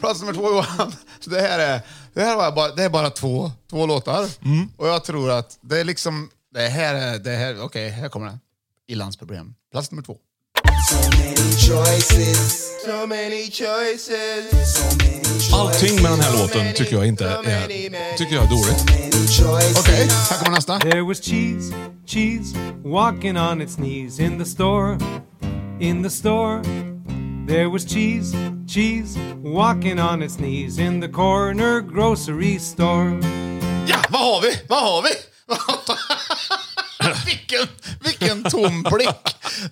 Speaker 2: plats nummer två, Johan. Det här är, det här var bara, det är bara två, två låtar. Och jag tror att det är liksom... Det här är... det här- Okej, här kommer den. Ilandsproblem. Plats nummer två.
Speaker 6: So many choices. So many choices.
Speaker 3: Allting med den här låten tycker jag inte är, tycker jag är dåligt.
Speaker 2: Okej, här kommer nästa.
Speaker 10: There was cheese, cheese, walking on its knees in the store, in the store. There was cheese, cheese, walking on its knees in the corner grocery store.
Speaker 2: Ja, vad har vi? Vad har vi? vilken, vilken tom blick.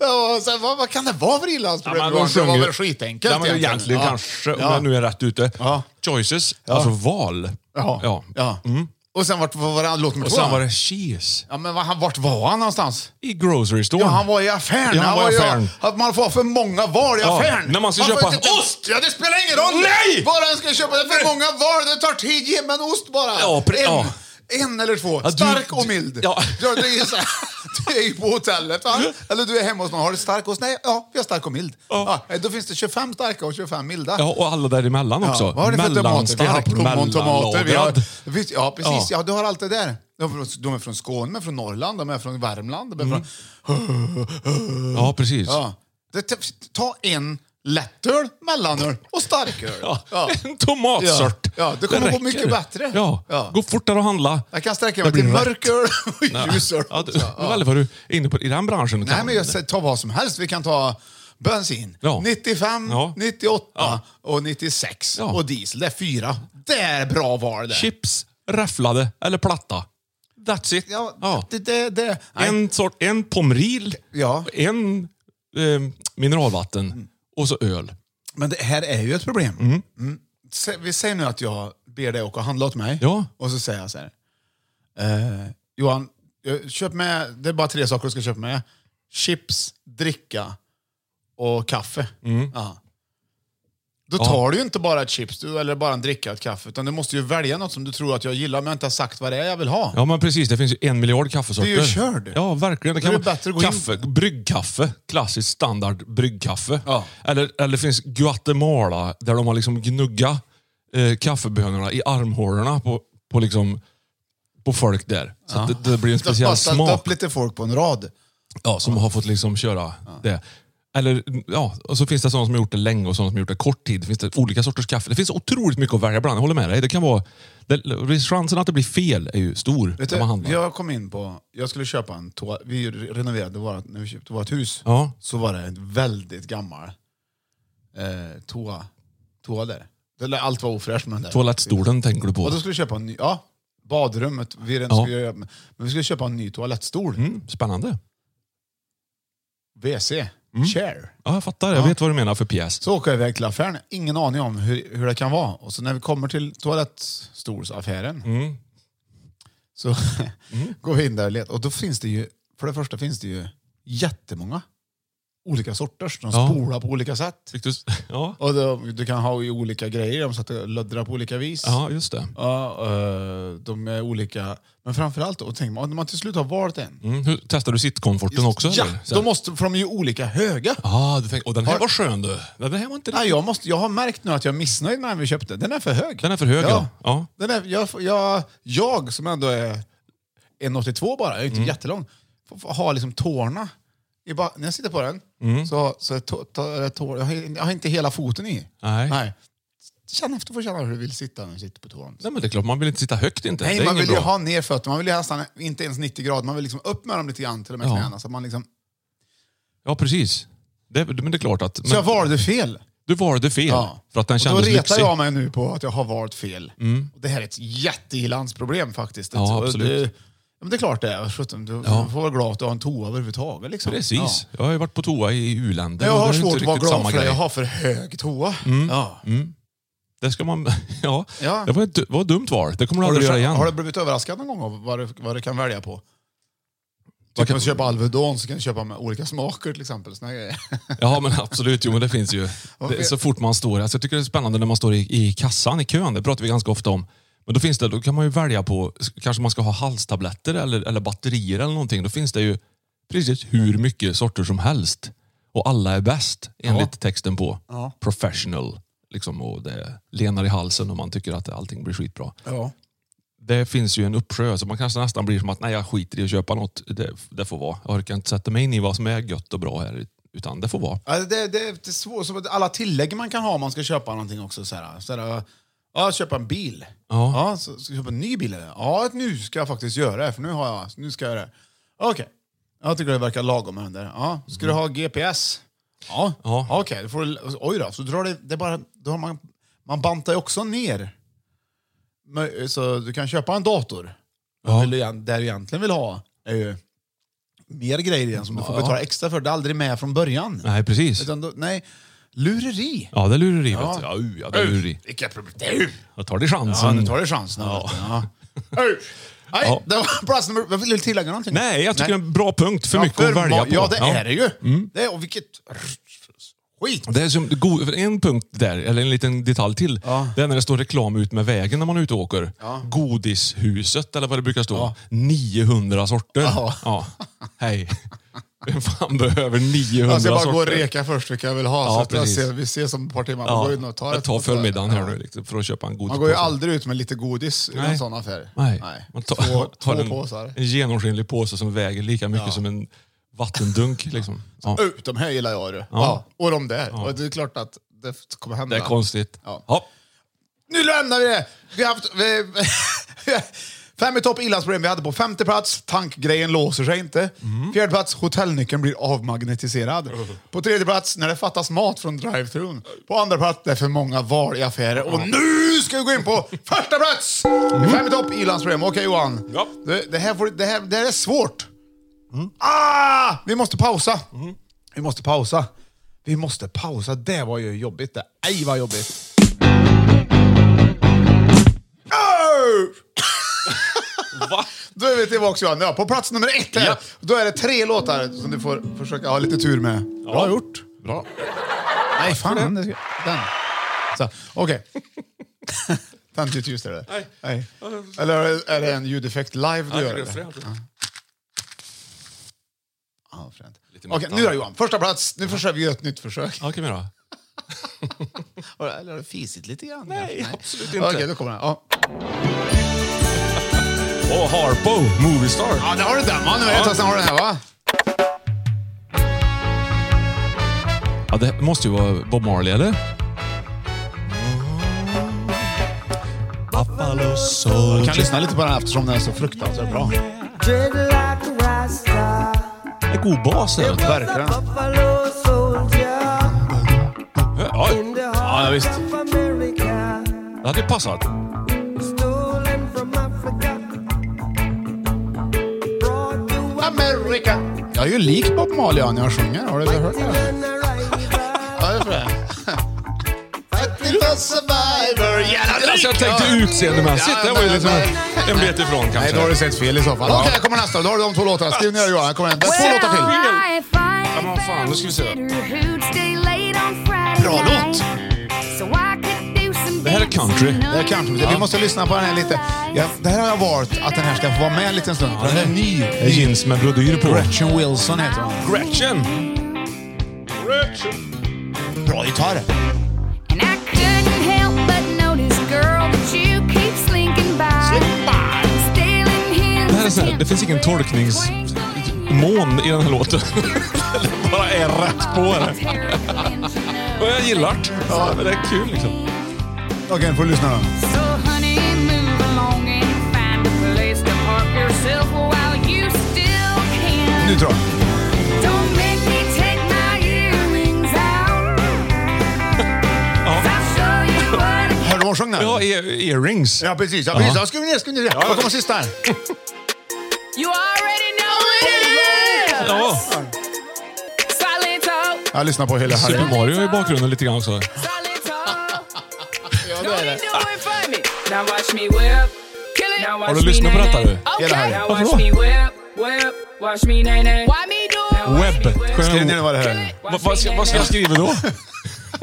Speaker 2: Ja, och sen, vad, vad kan det vara för
Speaker 3: Ja,
Speaker 2: ilandsproblem?
Speaker 3: men
Speaker 2: Johan?
Speaker 3: de
Speaker 2: det var
Speaker 3: sjunger-
Speaker 2: väl skitenkelt
Speaker 3: Ja, men det är egentligen kanske, om jag nu är rätt ute. Choices, alltså val.
Speaker 2: Ja.
Speaker 3: Ja.
Speaker 2: Ja. Och sen vart var det låt nummer
Speaker 3: Mm. Och
Speaker 2: två?
Speaker 3: sen var
Speaker 2: då?
Speaker 3: det cheese.
Speaker 2: Ja, men vad- han, vart var han någonstans?
Speaker 3: I grocery store.
Speaker 2: Ja, han var i affären.
Speaker 3: Ja, han var i affären.
Speaker 2: Att man får ha för många val i
Speaker 3: Ja,
Speaker 2: affären.
Speaker 3: när man ska
Speaker 2: får
Speaker 3: köpa
Speaker 2: inte- ost! Ja, det spelar ingen roll!
Speaker 3: Nej!
Speaker 2: Bara han ska köpa. Det är för många val. Det tar tid. Ge mig en ost bara.
Speaker 3: Ja, pre-
Speaker 2: en,
Speaker 3: ja.
Speaker 2: en eller två.
Speaker 3: Ja, du-
Speaker 2: stark och
Speaker 3: du-
Speaker 2: mild.
Speaker 3: ja.
Speaker 2: Du, du, är ju så här, du är ju på hotellet, va? Eller du är hemma hos någon. Har du stark ost? Nej, ja, vi har stark och mild. Ja. då finns det 25 starka och 25 milda.
Speaker 3: Ja, och alla däremellan
Speaker 2: Ja,
Speaker 3: också.
Speaker 2: Vad har du för tomater? Vi har
Speaker 3: Mellanstark,
Speaker 2: plommontomater. Vi har,
Speaker 3: mellanlagrad.
Speaker 2: visst, ja, precis.
Speaker 3: Ja.
Speaker 2: Ja. du har allt det där. De är från- De är från Skåne, de är från Norrland, de är från Värmland. De är
Speaker 3: Mm.
Speaker 2: från...
Speaker 3: Ja, precis.
Speaker 2: Ja. Det, ta- ta en lättöl, mellanöl och starköl.
Speaker 3: Ja,
Speaker 2: Ja.
Speaker 3: En tomatsort.
Speaker 2: Ja, ja, det kommer gå
Speaker 3: räcker.
Speaker 2: mycket bättre.
Speaker 3: Ja.
Speaker 2: Ja.
Speaker 3: Gå fortare och handla.
Speaker 2: Jag kan sträcka
Speaker 3: Det
Speaker 2: mig till
Speaker 3: blir rätt.
Speaker 2: mörköl och ljusöl.
Speaker 3: Ja, du,
Speaker 2: också.
Speaker 3: ja. Väldigt vad du är inne på i den branschen.
Speaker 2: Nej, men jag säger, ta vad som helst. Vi kan ta bensin.
Speaker 3: Ja.
Speaker 2: 95,
Speaker 3: Ja.
Speaker 2: 98 och 96.
Speaker 3: Ja.
Speaker 2: Och diesel, det är fyra. Det är bra val det.
Speaker 3: Chips, räfflade eller platta. That's it.
Speaker 2: Ja,
Speaker 3: Ja.
Speaker 2: Det, det, det. Nej.
Speaker 3: En, sort, en pomril,
Speaker 2: Ja. Mm.
Speaker 3: en eh, mineralvatten och så öl.
Speaker 2: Men det här är ju ett problem.
Speaker 3: Mhm.
Speaker 2: Mm. Sä- Vi säger nu att jag ber dig åka och handla åt mig.
Speaker 3: Ja.
Speaker 2: Och så säger jag så här. Eh, Johan, eh, köp med, det är bara tre saker du ska köpa med. Chips, dricka och kaffe. Ja. Då
Speaker 3: Mm. Ja.
Speaker 2: tar du ju inte bara ett chips du- eller bara en dricka och ett kaffe. Utan du måste ju välja något som du tror att jag gillar men jag inte har sagt vad det är jag vill ha.
Speaker 3: Ja, men precis. Det finns ju en miljard kaffesorter.
Speaker 2: Du är ju körd.
Speaker 3: Ja, verkligen. Det
Speaker 2: Då är
Speaker 3: kan
Speaker 2: det
Speaker 3: vara
Speaker 2: bättre att gå in-
Speaker 3: kaffe, bryggkaffe. Klassiskt standard bryggkaffe. Eller, eller finns Guatemala där de har liksom gnugga eh, kaffebönorna i armhålorna på, på, liksom, på folk där. Så att det, det blir en
Speaker 2: Du har
Speaker 3: speciell
Speaker 2: spattat
Speaker 3: smak
Speaker 2: upp lite folk på en rad.
Speaker 3: ja, som har fått liksom köra det. Eller, ja, och så finns det sådana som har gjort det länge och sådana som har gjort det kort tid. Det finns det olika sorters kaffe. Det finns otroligt mycket att välja bland. Jag håller med dig. Det kan vara, det, chansen att det blir fel är ju stor
Speaker 2: Vet
Speaker 3: när
Speaker 2: du,
Speaker 3: man handlar.
Speaker 2: jag kom in på, jag skulle köpa en toa. Vi renoverade vårt, när vi köpte vårt hus.
Speaker 3: Ja.
Speaker 2: Så var det en väldigt gammal eh, toa, toa där. Det- Allt var ofräscht med den där.
Speaker 3: Toalettstolen tänker du
Speaker 2: Och
Speaker 3: på.
Speaker 2: då skulle vi köpa en ny, ja, badrummet. Vi redan
Speaker 3: Ja. Mm.
Speaker 2: skulle göra, men vi skulle köpa en ny toalettstol.
Speaker 3: spännande.
Speaker 2: WC,
Speaker 3: Mm.
Speaker 2: chair.
Speaker 3: Ja, jag fattar. Jag
Speaker 2: Ja.
Speaker 3: vet vad du menar för pjäs.
Speaker 2: Så åker jag iväg till affären, ingen aning om hur, hur det kan vara. Och så när vi kommer till toalettstolsaffären
Speaker 3: Mm.
Speaker 2: så går vi in där och letar. Och då finns det ju, för det första finns det ju jättemånga olika sorters. De
Speaker 3: Ja.
Speaker 2: spolar på olika sätt.
Speaker 3: Fick du, s- ja.
Speaker 2: Och de, du kan ha i olika grejer, de satt och löddrar på olika vis.
Speaker 3: ja, just det.
Speaker 2: Ja, eh, de är olika. Men framförallt, då, tänk, om man till slut har valt en.
Speaker 3: Mm. Hur, testar du sittkomforten också?
Speaker 2: Ja,
Speaker 3: eller? Så
Speaker 2: då
Speaker 3: här.
Speaker 2: måste, för de är ju olika höga.
Speaker 3: Ah, du tänker, och den här
Speaker 2: Har-
Speaker 3: var skön du. Den här var inte
Speaker 2: Nej, jag, måste, jag har märkt nu att jag är missnöjd med den vi köpte. Den är för hög.
Speaker 3: Den är för hög. Ja.
Speaker 2: Ja.
Speaker 3: Ja.
Speaker 2: Den är, jag, jag, jag som ändå är 1,82 bara, jag är inte
Speaker 3: Mm.
Speaker 2: jättelång, får, får ha liksom tårna. I ba, när jag sitter på den,
Speaker 3: Mm.
Speaker 2: så, så är tå, tå, är tå, jag, har, jag har inte hela foten i.
Speaker 3: Nej. Nej.
Speaker 2: Nej. Känn efter, får känna hur du vill sitta när du sitter på tån.
Speaker 3: men det är klart, man vill inte sitta högt inte. det
Speaker 2: Nej,
Speaker 3: är
Speaker 2: man
Speaker 3: ingen
Speaker 2: vill ju
Speaker 3: bra.
Speaker 2: ha ner fötterna, man vill ju nästan inte ens 90 grader, man vill liksom upp med dem lite grann till och med
Speaker 3: Ja.
Speaker 2: knäna. Så, att man liksom,
Speaker 3: Ja, precis. Det, men det är klart att... Men,
Speaker 2: så jag valde fel.
Speaker 3: Du valde fel.
Speaker 2: Ja.
Speaker 3: För att den
Speaker 2: Och då
Speaker 3: kändes
Speaker 2: retar
Speaker 3: lyxig. Mm.
Speaker 2: jag mig nu på att jag har valt fel. Och Det här är ett jätteilandsproblem faktiskt.
Speaker 3: Ja,
Speaker 2: Så det-
Speaker 3: absolut.
Speaker 2: Ja, men det är klart det är. Sjutton, Du
Speaker 3: Ja.
Speaker 2: får vara glad att du har en toa överhuvudtaget. Liksom.
Speaker 3: Precis.
Speaker 2: Ja.
Speaker 3: Jag har ju varit på toa i u-länder.
Speaker 2: Jag
Speaker 3: och det är
Speaker 2: har
Speaker 3: ju inte
Speaker 2: svårt att vara
Speaker 3: riktigt samma
Speaker 2: glad för det.
Speaker 3: grej. Mm.
Speaker 2: Jag har för hög toa. Ja.
Speaker 3: Det ska man... Ja.
Speaker 2: Ja.
Speaker 3: Det var ett, du- var ett dumt val. Det kommer du
Speaker 2: Har,
Speaker 3: aldrig
Speaker 2: du,
Speaker 3: göra igen.
Speaker 2: har du blivit överraskad någon gång av vad du, vad du kan välja på? Du
Speaker 3: Vad
Speaker 2: kan
Speaker 3: kan-
Speaker 2: du köpa Alvedon så kan du köpa med olika smaker till exempel. Såna grejer.
Speaker 3: Ja, men absolut. Jo, men det finns ju. Det, så fort man står... Alltså, jag tycker det är spännande när man står i, i kassan, i kön. Det pratar vi ganska ofta om. Men då, finns det, då kan man ju välja på... Kanske man ska ha halstabletter eller, eller batterier eller någonting. Då finns det ju precis hur mycket sorter som helst. Och alla är bäst, enligt texten på
Speaker 2: Ja.
Speaker 3: professional. Liksom, och det lenar i halsen och man tycker att allting blir skitbra.
Speaker 2: Ja.
Speaker 3: det finns ju en uppsjö, så man kanske nästan blir som att nej, jag skiter i att köpa något. Det, det får vara. Jag orkar inte sätta mig in i vad som är gött och bra här, utan det får vara.
Speaker 2: Alltså, det, det, det är svårt. Som att Alla tillägg man kan ha om man ska köpa någonting också. Så här, så här, ja, köpa en bil.
Speaker 3: Ja.
Speaker 2: Ja, så, ska jag köpa en ny bil? eller? Ja, nu ska jag faktiskt göra det. För nu, har jag, nu ska jag göra det. Okej. Jag tycker det verkar lagom med den där. Ja. Ska du ha GPS? Ja.
Speaker 3: Ja.
Speaker 2: Okej, då får du, oj då. Så drar det, det är bara, då har man, man bantar ju också ner. Men, eh, Så du kan köpa en dator.
Speaker 3: Ja.
Speaker 2: Men Vill du, egent- det du egentligen vill ha är ju mer grejer i den som du får
Speaker 3: Ja.
Speaker 2: betala extra för. Det är aldrig med från början.
Speaker 3: Nej, precis.
Speaker 2: Utan då, nej, lureri.
Speaker 3: Ja, det är lureri.
Speaker 2: Ja.
Speaker 3: Ja. Ja, uh, ja, det är lureri.
Speaker 2: Vilka problem. Du!
Speaker 3: Jag tar det chansen.
Speaker 2: Ja, nu tar du chansen. Ja. Ja. Oj. Nej,
Speaker 3: Ja.
Speaker 2: det var plats nummer... Vill du tillägga någonting?
Speaker 3: Nej, jag tycker det
Speaker 2: Nej.
Speaker 3: är en bra punkt. För
Speaker 2: Ja,
Speaker 3: mycket att välja
Speaker 2: ma-
Speaker 3: på. Mm.
Speaker 2: Ja, det är det ju. Det, och vilket skit.
Speaker 3: Det är som, go- en punkt där, eller en liten detalj till. Det är när det står reklam ut med vägen när man är ute och åker. Godishuset, eller vad det brukar stå. 900 sorter.
Speaker 2: Ja.
Speaker 3: Ja. Hej. Vem fan behöver 900
Speaker 2: Alltså, Jag ska
Speaker 3: sorter?
Speaker 2: bara gå och reka först vilka jag vill ha.
Speaker 3: Ja,
Speaker 2: så att jag
Speaker 3: precis.
Speaker 2: ser, vi ses om ett par timmar. Man
Speaker 3: Ja,
Speaker 2: går in och tar
Speaker 3: jag
Speaker 2: ett-
Speaker 3: tar förmiddagen här nu liksom, för att köpa en godis.
Speaker 2: Man går ju aldrig ut med lite godis i
Speaker 3: Nej.
Speaker 2: en sån affär.
Speaker 3: Nej.
Speaker 2: Nej.
Speaker 3: Man tar,
Speaker 2: två två
Speaker 3: har en,
Speaker 2: påsar.
Speaker 3: En genomskinlig påse som väger lika mycket som en vattendunk. Liksom. Ja.
Speaker 2: Oh, de här gillar jag du. Ja. Och de där. Och det är klart att det kommer hända.
Speaker 3: Det är konstigt.
Speaker 2: Ja.
Speaker 3: Ja.
Speaker 2: Nu lämnar vi det! Vi har haft... Vi, fem i topp illansproblem. Vi hade på femte plats, tankgrejen låser sig inte. Fjärde plats, hotellnyckeln blir avmagnetiserad. På tredje plats, när det fattas mat från drive-thrun. På andra plats, det är för många val i affärer. Och nu ska vi gå in på första plats! Fem i topp illansproblem. Okej Johan,
Speaker 3: Ja.
Speaker 2: det, det, här får, det, här, det här är svårt. Ah! Vi måste pausa. Vi måste pausa. Vi måste pausa. Det var ju jobbigt det. Ej vad jobbigt. Oh!
Speaker 3: Va?
Speaker 2: Då är vi tillbaka Johan. Ja, på plats nummer ett här.
Speaker 3: Ja.
Speaker 2: Då är det tre låtar som du får försöka ha lite tur med. Bra gjort.
Speaker 3: Bra.
Speaker 2: Nej, fan. Den. den. Så, Okej. Tänd inte ljus där. eller?
Speaker 3: Nej.
Speaker 2: Nej. Eller är det- är det en ljudeffekt live du
Speaker 3: Ja,
Speaker 2: gör?
Speaker 3: det är
Speaker 2: eller?
Speaker 3: fränt.
Speaker 2: Ja. Ja, fränt.
Speaker 3: Lite
Speaker 2: Okej,
Speaker 3: metal.
Speaker 2: nu då Johan. Första plats. Nu försöker vi göra ett nytt försök.
Speaker 3: Ja, kan vi göra.
Speaker 2: Eller har du fisit lite grann?
Speaker 3: Nej, absolut inte.
Speaker 2: Okej, då kommer den. Ja.
Speaker 3: Och Harpo, Moviestar.
Speaker 2: Ja, där har du den va? Nu vet jag. Sen har du den här va?
Speaker 3: Ja, det måste ju vara Bob Marley, eller? Buffalo Soldier.
Speaker 2: Du kan lyssna lite på den här eftersom den är så fruktansvärt bra.
Speaker 6: Dread like a rasta.
Speaker 3: Det är god bas här.
Speaker 2: Verkligen.
Speaker 6: Buffalo soldier
Speaker 3: Ja,
Speaker 6: in the
Speaker 3: ja
Speaker 6: heart
Speaker 3: visst.
Speaker 6: of America.
Speaker 3: Det hade ju passat. Alltså,
Speaker 6: Stolen from Africa. Brought to
Speaker 2: Ah,
Speaker 6: America.
Speaker 2: Jag är ju lik Bob Marley ja, när jag sjunger. Har du inte hört det?
Speaker 6: And I ride
Speaker 2: Ja, det är för det. Fighting for survivor. Jävla
Speaker 3: Alltså jag tänkte utseendemässigt. Det var ju liksom en bit ifrån
Speaker 2: Nej,
Speaker 3: kanske.
Speaker 2: då har du sett fel i så fall.
Speaker 3: Ja.
Speaker 2: Okej, här kommer nästa. Då har du de två låtarna. Skriv ner Johan. Här kommer en. Det är två låtar till.
Speaker 3: Ja, men vad fan, nu ska vi se.
Speaker 2: Bra låt!
Speaker 3: Det här är country.
Speaker 2: Det här är country. Vi måste lyssna på den här lite. Ja, det här har jag valt att den här ska få vara med en liten stund. för den är ny.
Speaker 3: Det är jeans med brodyr på.
Speaker 2: Gretchen Wilson heter hon.
Speaker 3: Gretchen!
Speaker 2: Bra gitarr.
Speaker 11: And I couldn't help but notice, girl, that you keep slinking by. Stealing hints
Speaker 3: Det, här är så här, det finns ingen tolkningsmån i den här låten. det bara är rätt på det. Och jag gillar det. Ja, men det är kul liksom.
Speaker 2: Okej, nu får du lyssna då.
Speaker 11: So honey, move along and find a place to park yourself while you still can.
Speaker 2: Nu tror jag.
Speaker 11: Don't make me take my earrings out. 'Cause I'll show you what I
Speaker 2: Hörde du vad hon sjöng där?
Speaker 3: Ja, e- earrings.
Speaker 2: Ja, precis. Ja, precis.
Speaker 3: Ja.
Speaker 2: Ja. Skriv ner, skriv ner. Vad kommer sista här?
Speaker 11: You already know what it is.
Speaker 3: Ja.
Speaker 11: Solito,
Speaker 2: Jag lyssnar på hela
Speaker 3: Super
Speaker 2: här.
Speaker 3: Mario i bakgrunden lite grann också.
Speaker 2: Ja, det är det.
Speaker 11: Now watch me whip. Kill it. Now
Speaker 3: Har du
Speaker 11: watch me
Speaker 3: lyssnat på detta nu?
Speaker 11: Okay.
Speaker 2: Hela här.
Speaker 11: Now
Speaker 3: Varför
Speaker 11: watch
Speaker 3: då?
Speaker 11: me whip, whip, watch me nay nay. Why me do it?
Speaker 3: Webb.
Speaker 2: Skriv ner vad det här är.
Speaker 3: Vad vad ska, vad ska jag skriva då?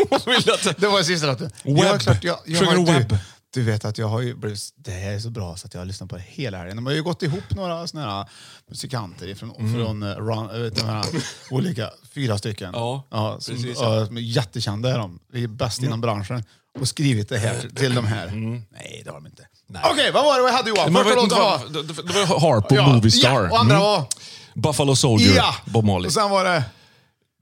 Speaker 3: Vad vill jag att-
Speaker 2: Det var sista låten.
Speaker 3: Webb.
Speaker 2: Ja, klart, jag- jag
Speaker 3: Sjunger du
Speaker 2: har- du-
Speaker 3: Webb?
Speaker 2: Du vet att jag har ju blivit, det här är så bra så att jag har lyssnat på det hela helgen. De har ju gått ihop några såna här musikanter från,
Speaker 3: Mm.
Speaker 2: från eh, run, eh, vet, du, de här olika, fyra stycken.
Speaker 3: Ja,
Speaker 2: som,
Speaker 3: precis,
Speaker 2: ja.
Speaker 3: ja. Mm.
Speaker 2: som är jättekända är de. Vi är bäst inom branschen. Och skrivit det här till de här. Nej, det har de inte. Okej, vad var det vi hade Johan?
Speaker 3: Man
Speaker 2: Första
Speaker 3: vet
Speaker 2: låten
Speaker 3: inte
Speaker 2: var...
Speaker 3: Mm. vad- det- det- Det var Harpo,
Speaker 2: Ja,
Speaker 3: Movie Star.
Speaker 2: Ja, och andra
Speaker 3: Mm.
Speaker 2: var...
Speaker 3: Buffalo Soldier,
Speaker 2: Ja!
Speaker 3: Bob Marley.
Speaker 2: Och sen var det...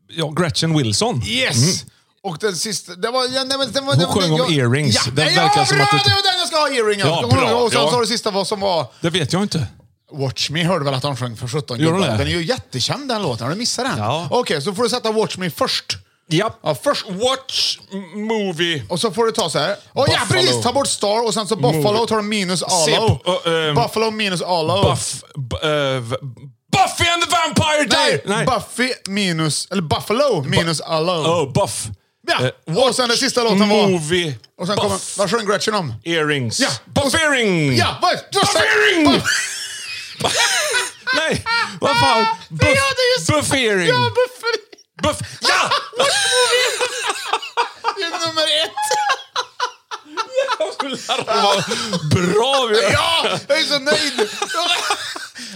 Speaker 3: Ja, Gretchen Wilson. Mm.
Speaker 2: Yes! Och den sista, det var... Ja, nej, men det var
Speaker 3: Hon
Speaker 2: det var-
Speaker 3: sjöng om
Speaker 2: jag-
Speaker 3: earrings.
Speaker 2: Ja,
Speaker 3: Den
Speaker 2: ja
Speaker 3: verkar
Speaker 2: bra!
Speaker 3: som
Speaker 2: det
Speaker 3: att det-
Speaker 2: var den jag ska ha, earringar!
Speaker 3: Ja,
Speaker 2: Kommer du ihåg?
Speaker 3: bra,
Speaker 2: och sen
Speaker 3: ja.
Speaker 2: så var det sista vad som var...
Speaker 3: Det vet jag inte.
Speaker 2: Watch Me hörde väl att han sjöng för 17
Speaker 3: Gör hon
Speaker 2: gubbar.
Speaker 3: det?
Speaker 2: Den är ju jättekänd den låten, har du missat den?
Speaker 3: Ja.
Speaker 2: Okej, så får du sätta Watch Me först.
Speaker 3: Ja.
Speaker 2: Ja, först.
Speaker 3: Watch m- movie.
Speaker 2: Och så får du ta så här. Åh ja,
Speaker 3: Buffalo.
Speaker 2: precis! Ta bort Star och sen så Buffalo
Speaker 3: Movie.
Speaker 2: tar du minus
Speaker 3: Se
Speaker 2: Alo.
Speaker 3: på, ö, ehm,
Speaker 2: Buffalo minus Alo.
Speaker 3: Buff... b- eh, v- Buffy and the Vampire
Speaker 2: Nej,
Speaker 3: Diaries!
Speaker 2: Buffy minus... Eller Buffalo minus Alo.
Speaker 3: Oh, Buff.
Speaker 2: Ja.
Speaker 3: Eh,
Speaker 2: och sen den sista låten var...
Speaker 3: movie.
Speaker 2: Och sen
Speaker 3: Buff.
Speaker 2: kommer... Vad sjöng Gretchen om?
Speaker 3: Earrings.
Speaker 2: Ja.
Speaker 3: Buff earring!
Speaker 2: Ja, vad...
Speaker 3: Buff earring! Nej, vad fan? Buff, buff earring.
Speaker 2: Ja, Buffy!
Speaker 3: buff. Ja!
Speaker 2: Det är nummer ett!
Speaker 3: Bra! vi-
Speaker 2: Ja! Jag är så nöjd!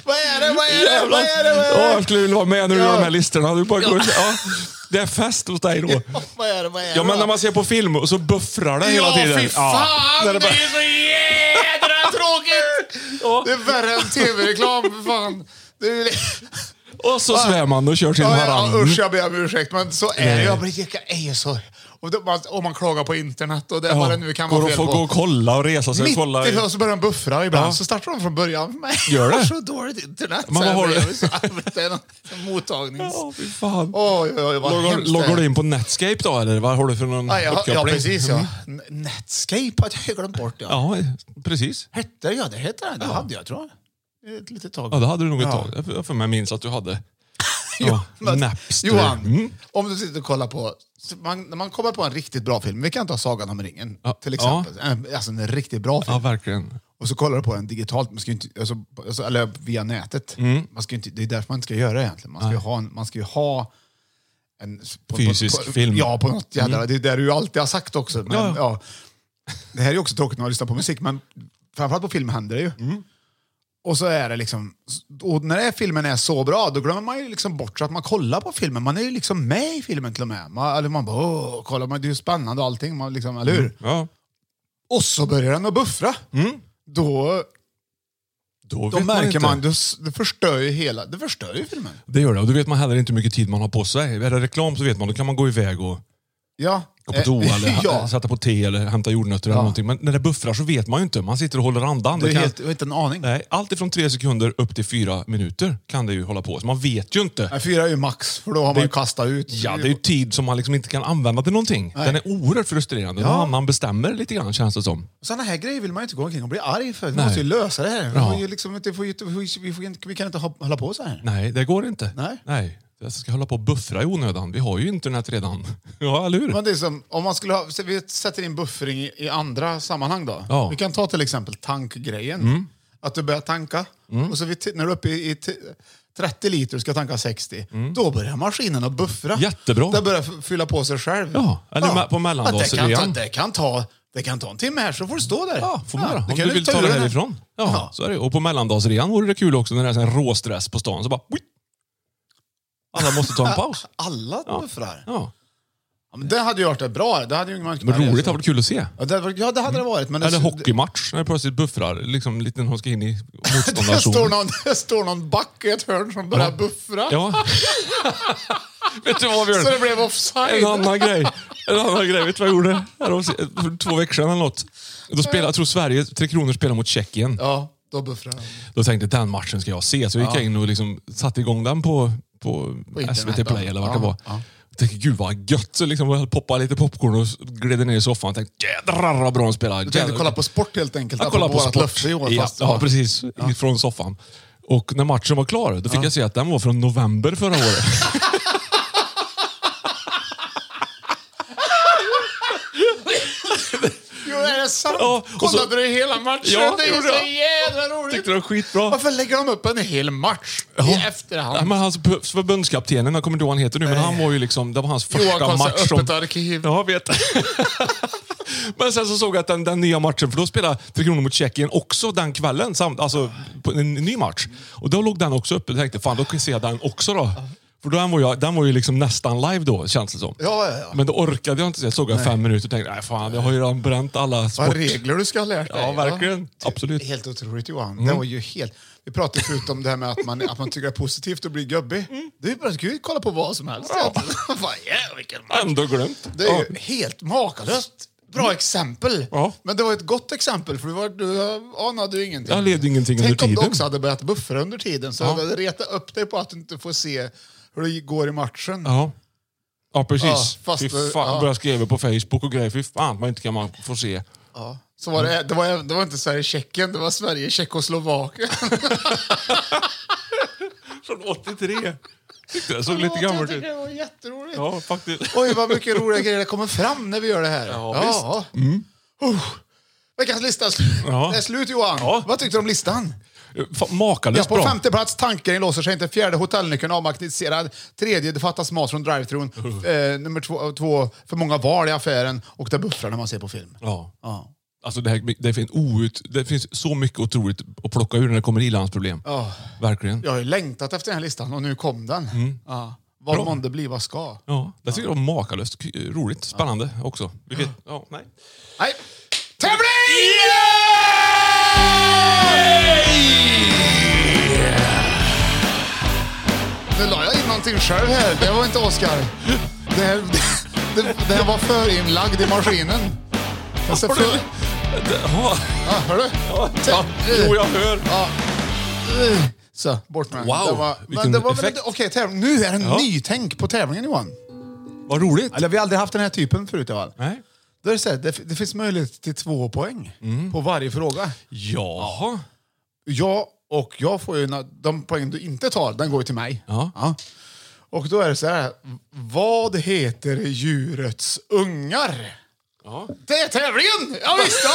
Speaker 2: Vad är det? Vad är det?
Speaker 3: Jävlar.
Speaker 2: Vad är det? Vad
Speaker 3: Ja,
Speaker 2: är
Speaker 3: jag
Speaker 2: det?
Speaker 3: skulle vilja vara med när du
Speaker 2: Ja.
Speaker 3: gör de här listorna. Du bara går, ja. Det är fest hos dig då.
Speaker 2: Vad är det? Vad är det?
Speaker 3: Ja, men när man ser på film och så buffrar det hela tiden.
Speaker 2: Ja, fy fan!
Speaker 3: När
Speaker 2: Det
Speaker 3: bara-
Speaker 2: är så jädra tråkigt! Det är värre än tv-reklam, för fan. Det är ju det.
Speaker 3: Och så svär man och kör sin
Speaker 2: Ja, ja,
Speaker 3: varann.
Speaker 2: usch, jag ber om ursäkt, men så är det. Jag blir jag är ju så... Och, då, man- och man klagar på internet och det, vad det nu kan
Speaker 3: Går
Speaker 2: vara
Speaker 3: och
Speaker 2: fel
Speaker 3: får gå
Speaker 2: på.
Speaker 3: och kolla och resa sig och
Speaker 2: Mitt
Speaker 3: kolla.
Speaker 2: i och så börjar de buffra ibland,
Speaker 3: Ja.
Speaker 2: så startar de från början för mig.
Speaker 3: Gör
Speaker 2: Jag har
Speaker 3: det?
Speaker 2: så dåligt internet.
Speaker 3: Men vad
Speaker 2: så jag
Speaker 3: har
Speaker 2: blir-
Speaker 3: du?
Speaker 2: jag blir så arg. Det är någon mottagnings...
Speaker 3: Ja, fy fan.
Speaker 2: Oj, oj, oj, vad
Speaker 3: Loggar,
Speaker 2: hemskt det är.
Speaker 3: loggar du in på Netscape då, eller vad har du för någon
Speaker 2: Ja, ja, ja
Speaker 3: uppkoppling?
Speaker 2: precis ja.
Speaker 3: Mm.
Speaker 2: N- Netscape hade jag glömt bort. Ja.
Speaker 3: Ja, precis.
Speaker 2: Hette det? Ja, det hette det. Det hade jag tror jag. Ett litet tag.
Speaker 3: Ja, det hade du nog ett
Speaker 2: Ja.
Speaker 3: tag. Jag- Jag för mig minns att du hade. Ja,
Speaker 2: Men-
Speaker 3: Napster.
Speaker 2: Johan,
Speaker 3: Mm.
Speaker 2: om du sitter och kollar på... så Man, när man kommer på en riktigt bra film, vi kan ta Sagan om ringen
Speaker 3: Ja,
Speaker 2: till exempel. En- Alltså en riktigt bra film.
Speaker 3: Ja, verkligen.
Speaker 2: Och så kollar du på den digitalt, man ska ju inte, alltså, alltså, eller via nätet.
Speaker 3: Mm.
Speaker 2: Man ska ju inte, det är därför man inte ska göra det egentligen. Man ska ju ha... En, man ska ju ha en, på,
Speaker 3: Fysisk film. Mm.
Speaker 2: Ja, på något jävla... Det är det du alltid har sagt också. Men,
Speaker 3: Ja,
Speaker 2: ja. Det här är ju också tråkigt när man lyssnar på musik, men framförallt på film händer det ju.
Speaker 3: Mm.
Speaker 2: Och så är det liksom... Och när det är filmen är så bra, då glömmer man ju liksom bort så att man kollar på filmen. Man är ju liksom med i filmen till och med. Man, eller man bara åh, kolla, man, det är ju spännande och allting, man liksom, eller hur?
Speaker 3: Mm, Ja. Mm.
Speaker 2: Och så börjar den att buffra. Då,
Speaker 3: Då
Speaker 2: Då
Speaker 3: vet man
Speaker 2: märker
Speaker 3: inte.
Speaker 2: man, det, s- det förstör ju hela, det förstör ju filmen.
Speaker 3: Det gör det. Och då vet man heller inte hur mycket tid man har på sig. Är det reklam så vet man, då kan man gå iväg och
Speaker 2: Ja.
Speaker 3: gå på
Speaker 2: Eh,
Speaker 3: toa eller Alltså,
Speaker 2: ja.
Speaker 3: sätta på te eller hämta jordnötter eller någonting. Men när det buffrar så vet man ju inte. Man sitter och håller andan.
Speaker 2: Det är
Speaker 3: kan-
Speaker 2: helt, jag har inte en aning.
Speaker 3: Nej, allt ifrån tre sekunder upp till fyra minuter kan det ju hålla på. Så man vet ju inte.
Speaker 2: Nej, fyra är ju max, för då har
Speaker 3: Det är
Speaker 2: man ju
Speaker 3: ju-
Speaker 2: kastat ut.
Speaker 3: Ja, det är ju tid som man liksom inte kan använda till någonting.
Speaker 2: Nej.
Speaker 3: Den är oerhört frustrerande.
Speaker 2: Ja.
Speaker 3: Någon annan bestämmer lite grann känns det som.
Speaker 2: Sådana här grejer vill man ju inte gå omkring och bli arg för. Vi
Speaker 3: Nej.
Speaker 2: måste ju lösa det här. Vi,
Speaker 3: Ja.
Speaker 2: får ju liksom, inte- får ju inte- vi, får, vi, får, inte- vi kan inte ha- hålla på så här.
Speaker 3: Nej, det går inte.
Speaker 2: Nej.
Speaker 3: Jag ska hålla på och buffra i onödan. Vi har ju internet redan. ja, eller hur?
Speaker 2: Men det är som, om man skulle ha, så vi sätter in buffring i, i andra sammanhang då.
Speaker 3: Ja.
Speaker 2: Vi kan ta till exempel tankgrejen.
Speaker 3: Mm.
Speaker 2: Att du börjar tanka och så vid, t- när du är uppe i, i t- 30 liter och ska tanka 60, då börjar maskinen att buffra.
Speaker 3: Mm. Jättebra.
Speaker 2: Den börjar f- fylla på sig själv.
Speaker 3: Ja, eller me- på mellandagsrean.
Speaker 2: det, kan ta, det, kan ta, det kan ta en timme här så får du stå där.
Speaker 3: Ja, får man göra.
Speaker 2: det
Speaker 3: Om
Speaker 2: kan
Speaker 3: du vill ta det
Speaker 2: luren här.
Speaker 3: härifrån. Ja,
Speaker 2: Ja.
Speaker 3: så är det. Och på mellandagsrean vore det kul också när det är sån här råstress på stan. Så bara... "Ui!" Alla måste ta en paus.
Speaker 2: Alla
Speaker 3: Ja.
Speaker 2: buffrar.
Speaker 3: Ja.
Speaker 2: Ja, men det hade ju varit det bra. Det hade ju man
Speaker 3: Men roligt hade varit kul att se.
Speaker 2: Ja, det, hade varit- ja, det hade det varit. Men det,
Speaker 3: Eller hockeymatch när det plötsligt buffrar. Liksom lite när hon ska in i
Speaker 2: Det står,
Speaker 3: motståndarzonen.
Speaker 2: någon, det står någon back i ett hörn som börjar
Speaker 3: Ja.
Speaker 2: buffra.
Speaker 3: Ja. Vet du vad vi
Speaker 2: Så det
Speaker 3: gjorde?
Speaker 2: blev
Speaker 3: En
Speaker 2: offside.
Speaker 3: annan grej. En annan grej. Vet du vad jag gjorde? Härom- För två veckor sedan eller något. Då spelade, jag tror Sverige, Tre Kronor spelade mot Tjeckien.
Speaker 2: Ja, då buffrar han.
Speaker 3: Då tänkte jag den matchen ska jag se. Så gick
Speaker 2: Ja.
Speaker 3: jag in och liksom satte igång den på, på,
Speaker 2: internet,
Speaker 3: SVT Play
Speaker 2: ja.
Speaker 3: eller vart
Speaker 2: Ja,
Speaker 3: det var.
Speaker 2: ja.
Speaker 3: Jag tänkte gud vad gött. Så liksom jag poppade lite popcorn och gled ner i soffan och tänkte jädrar vad bra de spelar.
Speaker 2: Du tänkte
Speaker 3: Jädrar-
Speaker 2: kolla på sport helt enkelt.
Speaker 3: jag kollade på
Speaker 2: apropå vårt
Speaker 3: sport.
Speaker 2: löfte i år.
Speaker 3: ja,
Speaker 2: fast-
Speaker 3: ja, precis. Från soffan. Och när matchen var klar, då fick jag se att den var från november förra året.
Speaker 2: Jo, är det sant?
Speaker 3: Ja, och så-
Speaker 2: Kollade du hela matchen?
Speaker 3: Ja,
Speaker 2: det är ju
Speaker 3: gjorde
Speaker 2: så
Speaker 3: jag.
Speaker 2: jädra roligt!
Speaker 3: Tyckte det var skitbra.
Speaker 2: Varför lägger de upp en hel match i efterhand?
Speaker 3: Ja, men hans p- förbundskaptenen, jag kommer inte ihåg vad han heter nu, men han var ju liksom, det var hans första
Speaker 2: Johan Karlsson,
Speaker 3: match. Som,
Speaker 2: öppet arkiv.
Speaker 3: ja, jag vet. men sen så såg jag att den, den nya matchen, för då spelade Tre Kronor mot Tjeckien också den kvällen, samt, alltså på en ny match. Och då låg den också uppe. Jag tänkte, fan då kan jag se den också då. För den var, jag, den var ju liksom nästan live då, känns det som.
Speaker 2: Ja, ja, ja.
Speaker 3: Men då orkade jag inte se. Jag såg jag
Speaker 2: Nej.
Speaker 3: fem minuter och tänkte, nej fan, jag har ju redan bränt alla sport...
Speaker 2: Vad regler du ska ha lärt dig.
Speaker 3: Ja, verkligen.
Speaker 2: Absolut. Helt otroligt Johan. Det
Speaker 3: Mm.
Speaker 2: var ju helt... Vi pratade förut om det här med att man, att man tycker det är positivt att bli gubbig. Det är ju bara kul att kolla på vad som helst. Fan, yeah, vilken match.
Speaker 3: Ändå glömt.
Speaker 2: Det är ju helt makalöst. Bra exempel.
Speaker 3: Mm. Ja.
Speaker 2: Men det var ett gott exempel för du, var, du anade ju ingenting.
Speaker 3: Jag levde ingenting
Speaker 2: Tänk
Speaker 3: under
Speaker 2: om du
Speaker 3: tiden.
Speaker 2: också hade börjat buffra under tiden så
Speaker 3: Ja.
Speaker 2: hade det retat upp dig på att du inte får se hur det går i matchen.
Speaker 3: Ja. Ja, precis.
Speaker 2: Ja, fast
Speaker 3: Fy
Speaker 2: det-
Speaker 3: fan,
Speaker 2: ja.
Speaker 3: började skriva på Facebook och grejer. Fy fan, man inte kan man få se.
Speaker 2: Ja. Så var det, det, var, det var inte Sverige-Tjeckien, det var Sverige-Tjeckoslovakien.
Speaker 3: Från 83. Tyckte jag såg lite gammalt ut.
Speaker 2: Det var jätteroligt.
Speaker 3: Ja, faktiskt.
Speaker 2: Oj, vad mycket roliga grejer det kommer fram när vi gör det här.
Speaker 3: Ja, visst. Mm.
Speaker 2: Oh. Veckans lista är sl-
Speaker 3: Ja.
Speaker 2: det är slut Johan. Vad tyckte du om listan?
Speaker 3: Fan, makalöst
Speaker 2: Ja, på
Speaker 3: bra.
Speaker 2: femte plats, tanken låser sig inte. Fjärde, hotellnyckeln avmagnificerad. Tredje, det fattas mat från drive-tron. Eh, nummer två, två, för många val i affären. Och det buffrar när man ser på film.
Speaker 3: Ja.
Speaker 2: Ja.
Speaker 3: Alltså det, här, det, finns out, det finns så mycket otroligt att plocka ur när det kommer ilandsproblem.
Speaker 2: Ja.
Speaker 3: Verkligen.
Speaker 2: Jag har ju längtat efter den här listan och nu kom den. Ja. Vad
Speaker 3: Mm. Bra.
Speaker 2: månde bli, vad ska.
Speaker 3: Ja, det tycker jag var makalöst k- roligt. Spännande också. Vi vet, ja, nej.
Speaker 2: Nej. Tävling! Nu la jag in någonting själv här. Det var inte Oscar. Det här, det, det här var förinlagd i maskinen. Jag ser för,
Speaker 3: Ja.
Speaker 2: ja, hör du?
Speaker 3: Ja, jo, jag hör.
Speaker 2: Ja. Så, bort med den.
Speaker 3: Wow,
Speaker 2: Det var, men
Speaker 3: vilken
Speaker 2: det var väl
Speaker 3: effekt.
Speaker 2: inte, okej, tävling. Nu är det en
Speaker 3: Ja.
Speaker 2: nytänk på tävlingen Johan.
Speaker 3: Vad roligt.
Speaker 2: Eller vi har aldrig haft den här typen förut i alla fall.
Speaker 3: Nej.
Speaker 2: Då är det, så här, det, f- det finns möjlighet till två poäng
Speaker 3: Mm.
Speaker 2: på varje fråga.
Speaker 3: Jaha.
Speaker 2: Ja, och jag får ju, na- de poäng du inte tar, den går ju till mig.
Speaker 3: Ja.
Speaker 2: Ja. Och då är det så här, vad heter djurets ungar?
Speaker 3: Ja.
Speaker 2: Det är tävlingen! Ja, visst, ja.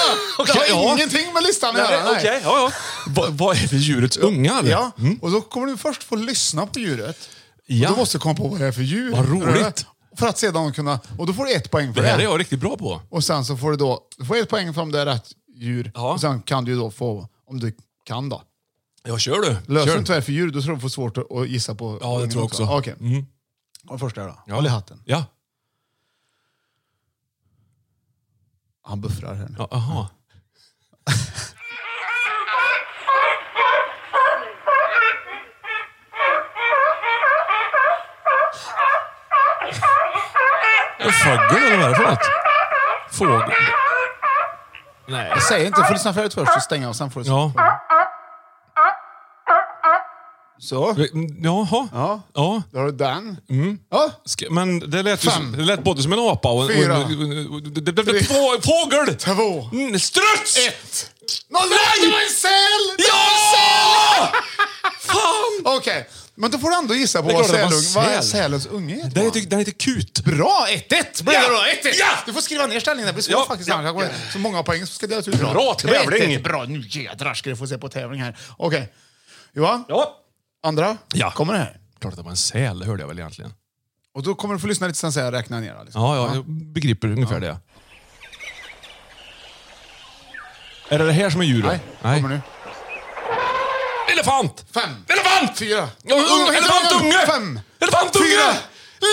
Speaker 2: Det har
Speaker 3: Okej, ja.
Speaker 2: ingenting med listan att
Speaker 3: Nej,
Speaker 2: göra.
Speaker 3: Okej,
Speaker 2: nej.
Speaker 3: ja, ja. Vad, vad är det djurets ungar?
Speaker 2: Ja, och då kommer du först få lyssna på djuret.
Speaker 3: Ja.
Speaker 2: Du måste komma på vad det är för djur.
Speaker 3: Vad roligt.
Speaker 2: För att sedan kunna... Och då får du ett poäng för
Speaker 3: Det
Speaker 2: det.
Speaker 3: här är jag riktigt bra på.
Speaker 2: Och sen så får du då... Du får ett poäng för om det är rätt djur.
Speaker 3: Ja.
Speaker 2: Och sen kan du ju då få... Om du kan då.
Speaker 3: Ja, kör du.
Speaker 2: Löser
Speaker 3: Kör.
Speaker 2: du inte vad det är för djur, då tror jag du får svårt att att gissa på...
Speaker 3: Ja, det
Speaker 2: ungen
Speaker 3: tror jag också.
Speaker 2: Okej.
Speaker 3: Mm.
Speaker 2: Och första då.
Speaker 3: Ja.
Speaker 2: Håll i hatten.
Speaker 3: Ja.
Speaker 2: Han buffrar här nu.
Speaker 3: Ja, aha. Fågelfågel eller vad är det för något? Fågel... Nej.
Speaker 2: Jag säger inte, får lyssna färdigt först och stänga av, sen får du...
Speaker 3: Ja.
Speaker 2: Så.
Speaker 3: Jaha.
Speaker 2: Ja.
Speaker 3: Ja.
Speaker 2: Då har du den.
Speaker 3: Mm.
Speaker 2: Ja.
Speaker 3: Ska- Men det lät, ju,
Speaker 2: Fem.
Speaker 3: det lät både som en apa och en...
Speaker 2: Fyra.
Speaker 3: och en- och en- det- det- det- det- Två, fågel!
Speaker 2: Två.
Speaker 3: Mm, struts!
Speaker 2: Ett. Nå, nej! Det var en säl! Det var en säl! Fan! Okej, men då får du ändå gissa på
Speaker 3: Det är
Speaker 2: vad,
Speaker 3: klart det var
Speaker 2: sälung, vad är
Speaker 3: säl.
Speaker 2: sälens unge heter.
Speaker 3: Den heter, den heter typ kut.
Speaker 2: Bra! 1-1 blir det
Speaker 3: Ja!
Speaker 2: då! 1-1!
Speaker 3: Ja!
Speaker 2: Du får skriva ner ställningen, det blir svårt
Speaker 3: Ja,
Speaker 2: faktiskt.
Speaker 3: ja,
Speaker 2: annars kanske
Speaker 3: ja.
Speaker 2: Så många poäng som ska delas ut.
Speaker 3: Bra tävling.
Speaker 2: 1-1. Bra, nu jädrar ska du få se på tävling här. Okej. Johan?
Speaker 3: Ja.
Speaker 2: Andra?
Speaker 3: Ja.
Speaker 2: Kommer det här?
Speaker 3: Klart att det var en säl, hörde jag väl egentligen.
Speaker 2: Och då kommer du få lyssna lite sen så jag räknar ner. Liksom.
Speaker 3: Ja, ja, jag begriper ungefär det. Är det det här som är djuret?
Speaker 2: Nej, kommer nu.
Speaker 3: Elefant!
Speaker 2: Fem.
Speaker 3: Elefant!
Speaker 2: Fyra.
Speaker 3: Ja, un- Elefantunge!
Speaker 2: Fem.
Speaker 3: Elefantunge!
Speaker 2: Fyra.